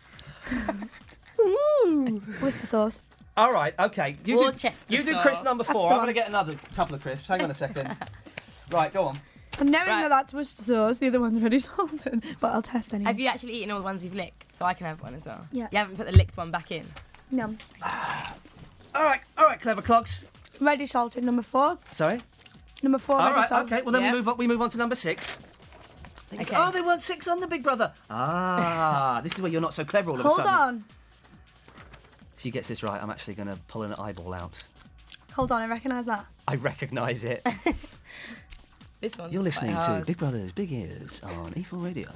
[SPEAKER 3] Worcester sauce.
[SPEAKER 1] All right, okay. You do,
[SPEAKER 3] Worcester
[SPEAKER 1] you do
[SPEAKER 3] sauce.
[SPEAKER 1] crisp number
[SPEAKER 3] That's
[SPEAKER 1] four.
[SPEAKER 3] the
[SPEAKER 1] I'm
[SPEAKER 3] one.
[SPEAKER 1] going to get another couple of crisps. Hang on a second. right, go on.
[SPEAKER 3] I'm knowing that that's Worcester sauce, the other one's ready salted, but I'll test anyway.
[SPEAKER 2] Have you actually eaten all the ones you've licked? So I can have one as well.
[SPEAKER 3] Yeah.
[SPEAKER 2] You haven't put the licked one back in.
[SPEAKER 3] No.
[SPEAKER 1] All right, all right, clever clocks.
[SPEAKER 3] Ready salted, number four.
[SPEAKER 1] Sorry.
[SPEAKER 3] Number four,
[SPEAKER 1] all
[SPEAKER 3] ready
[SPEAKER 1] right,
[SPEAKER 3] salted.
[SPEAKER 1] okay. Well, then we move on. We move on to number six. It's- Oh, they weren't six on the Big Brother. Ah, this is where you're not so clever all of a
[SPEAKER 3] Hold
[SPEAKER 1] sudden.
[SPEAKER 3] on.
[SPEAKER 1] If she gets this right, I'm actually going to pull an eyeball out.
[SPEAKER 3] Hold on, I recognise that.
[SPEAKER 1] I recognise it.
[SPEAKER 2] This one.
[SPEAKER 1] You're listening to Big Brother's Big Ears on E4 Radio.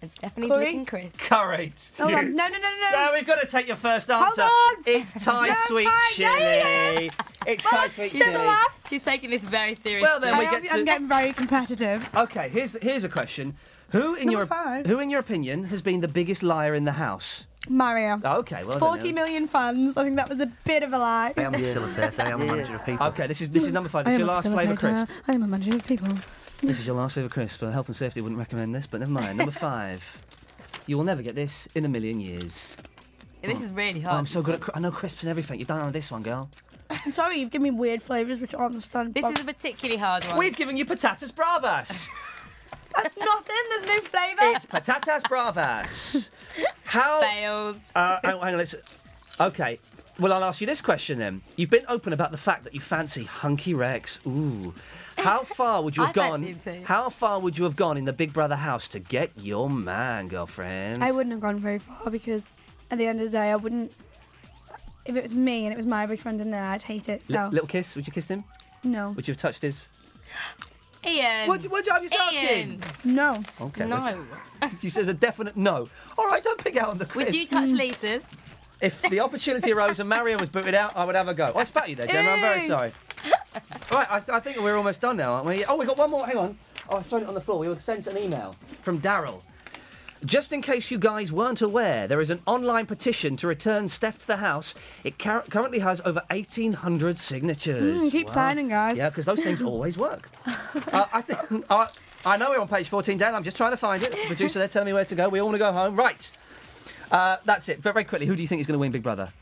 [SPEAKER 2] And Stephanie's
[SPEAKER 3] Curry?
[SPEAKER 2] licking Chris.
[SPEAKER 1] Correct.
[SPEAKER 3] Hold on. Oh, No, no, no, no, no.
[SPEAKER 1] Now we've got to take your first
[SPEAKER 3] Hold
[SPEAKER 1] answer.
[SPEAKER 3] on.
[SPEAKER 1] It's Thai
[SPEAKER 2] No,
[SPEAKER 1] sweet
[SPEAKER 2] Thai,
[SPEAKER 1] chili.
[SPEAKER 2] yeah, yeah,
[SPEAKER 1] It's Thai sweet chili.
[SPEAKER 2] She's taking this very seriously.
[SPEAKER 1] Well, then we get to.
[SPEAKER 3] very competitive.
[SPEAKER 1] Okay, here's here's a question. Who in
[SPEAKER 3] Number
[SPEAKER 1] your
[SPEAKER 3] five.
[SPEAKER 1] who in your opinion has been the biggest liar in the house? Oh,
[SPEAKER 3] Mario.
[SPEAKER 1] Okay, well I don't
[SPEAKER 3] Um, Forty
[SPEAKER 1] know.
[SPEAKER 3] million fans. I think that was a bit of a lie.
[SPEAKER 1] I am a facilitator. I am a manager of people. Okay, this is this is number five.
[SPEAKER 3] I am
[SPEAKER 1] This is your
[SPEAKER 3] a
[SPEAKER 1] last flavour
[SPEAKER 3] facilitator.
[SPEAKER 1] crisp.
[SPEAKER 3] I am a manager of people.
[SPEAKER 1] This is your last flavour crisp. Uh, health and safety wouldn't recommend this, but never mind. Number five. You will never get this in a million years.
[SPEAKER 2] Yeah, This is really
[SPEAKER 1] Oh,
[SPEAKER 2] hard.
[SPEAKER 1] I'm so good at cri- I know crisps and everything. You don't know this one, girl.
[SPEAKER 3] I'm sorry, you've given me weird flavours which aren't the standard.
[SPEAKER 2] This is a particularly hard one.
[SPEAKER 1] We've given you patatas bravas.
[SPEAKER 3] That's nothing. There's no flavour.
[SPEAKER 1] it's patatas bravas. How?
[SPEAKER 2] Failed.
[SPEAKER 1] Uh, hang, hang on, let's. Okay. Well, I'll ask you this question then. You've been open about the fact that you fancy hunky Rex. Ooh, how far would you have
[SPEAKER 2] I
[SPEAKER 1] gone?
[SPEAKER 2] fancy him too.
[SPEAKER 1] How far would you have gone in the Big Brother house to get your man, girlfriend?
[SPEAKER 3] I wouldn't have gone very far because at the end of the day, I wouldn't. If it was me and it was my big friend in there, I'd hate it. So
[SPEAKER 1] Li- little kiss. Would you kissed him?
[SPEAKER 3] no,
[SPEAKER 1] Would you have touched his?
[SPEAKER 2] Ian.
[SPEAKER 1] What, what job are you asking?
[SPEAKER 3] no,
[SPEAKER 1] Okay.
[SPEAKER 2] No.
[SPEAKER 1] that's- she says a definite no. All right, don't pick out on the quiz.
[SPEAKER 2] Would you touch Lisa's?
[SPEAKER 1] If the opportunity arose and Mario was booted out, I would have a go. I spat you there, Gemma. I'm very
[SPEAKER 2] Hey.
[SPEAKER 1] sorry. Right, I, I think we're almost done now, aren't we? Oh, we got one more. Hang on. Oh, I thrown it on the floor. We were sent an email from Daryl. Just in case you guys weren't aware, there is an online petition to return Steph to the house. It cur- currently has over 1,800 signatures.
[SPEAKER 3] Mm, keep signing, guys.
[SPEAKER 1] Yeah, because those things always work. uh, I think. Uh, I know we're on page 14, Dan. I'm just trying to find it. The producer, they're telling me where to go. We all want to go home. Right. Uh, that's it. Very, very quickly, who do you think is going to win Big Brother?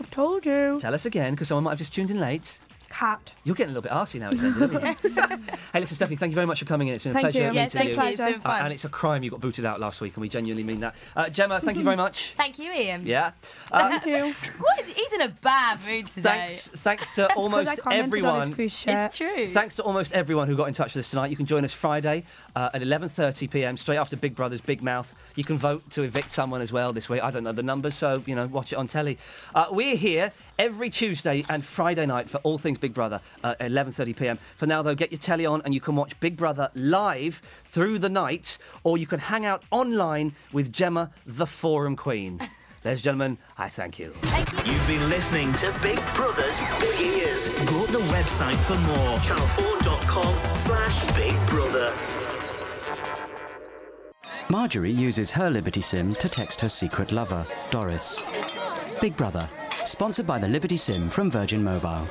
[SPEAKER 3] I've told you.
[SPEAKER 1] Tell us again, because someone might have just tuned in late.
[SPEAKER 3] Cat.
[SPEAKER 1] You're getting a little bit arsey now, it's Andy, aren't you? hey, listen, Stephanie, thank you very much for coming in. It's been
[SPEAKER 3] Thank
[SPEAKER 1] a pleasure
[SPEAKER 3] you.
[SPEAKER 1] meeting
[SPEAKER 3] Yeah, thank
[SPEAKER 1] you.
[SPEAKER 3] you. It's been
[SPEAKER 1] Uh,
[SPEAKER 3] fun.
[SPEAKER 1] and it's a crime you got booted out last week, and we genuinely mean that. Uh, Gemma, thank you very much.
[SPEAKER 2] Thank you, Ian.
[SPEAKER 1] Yeah. Uh,
[SPEAKER 2] Thank you. What is, he's in a bad mood today.
[SPEAKER 1] Thanks, thanks to
[SPEAKER 3] I
[SPEAKER 1] almost
[SPEAKER 3] commented on his
[SPEAKER 1] everyone.
[SPEAKER 3] cruise shirt. It's
[SPEAKER 2] true.
[SPEAKER 1] Thanks to almost everyone who got in touch with us tonight. You can join us Friday uh, at 11:30 p.m. straight after Big Brother's Big Mouth. You can vote to evict someone as well this week. I don't know the numbers, so you know, watch it on telly. Uh, we're here every Tuesday and Friday night for all things Big Brother uh, at 11:30 p.m. For now, though, get your telly on and you can watch Big Brother live through the night, or you can hang out online with Gemma, the Forum Queen. Ladies and gentlemen, I thank you.
[SPEAKER 5] You've been listening to Big Brother's Big Ears. Go to the website for more. Channel4.com slash Big Brother.
[SPEAKER 4] Marjorie uses her Liberty Sim to text her secret lover, Doris. Big Brother, sponsored by the Liberty Sim from Virgin Mobile.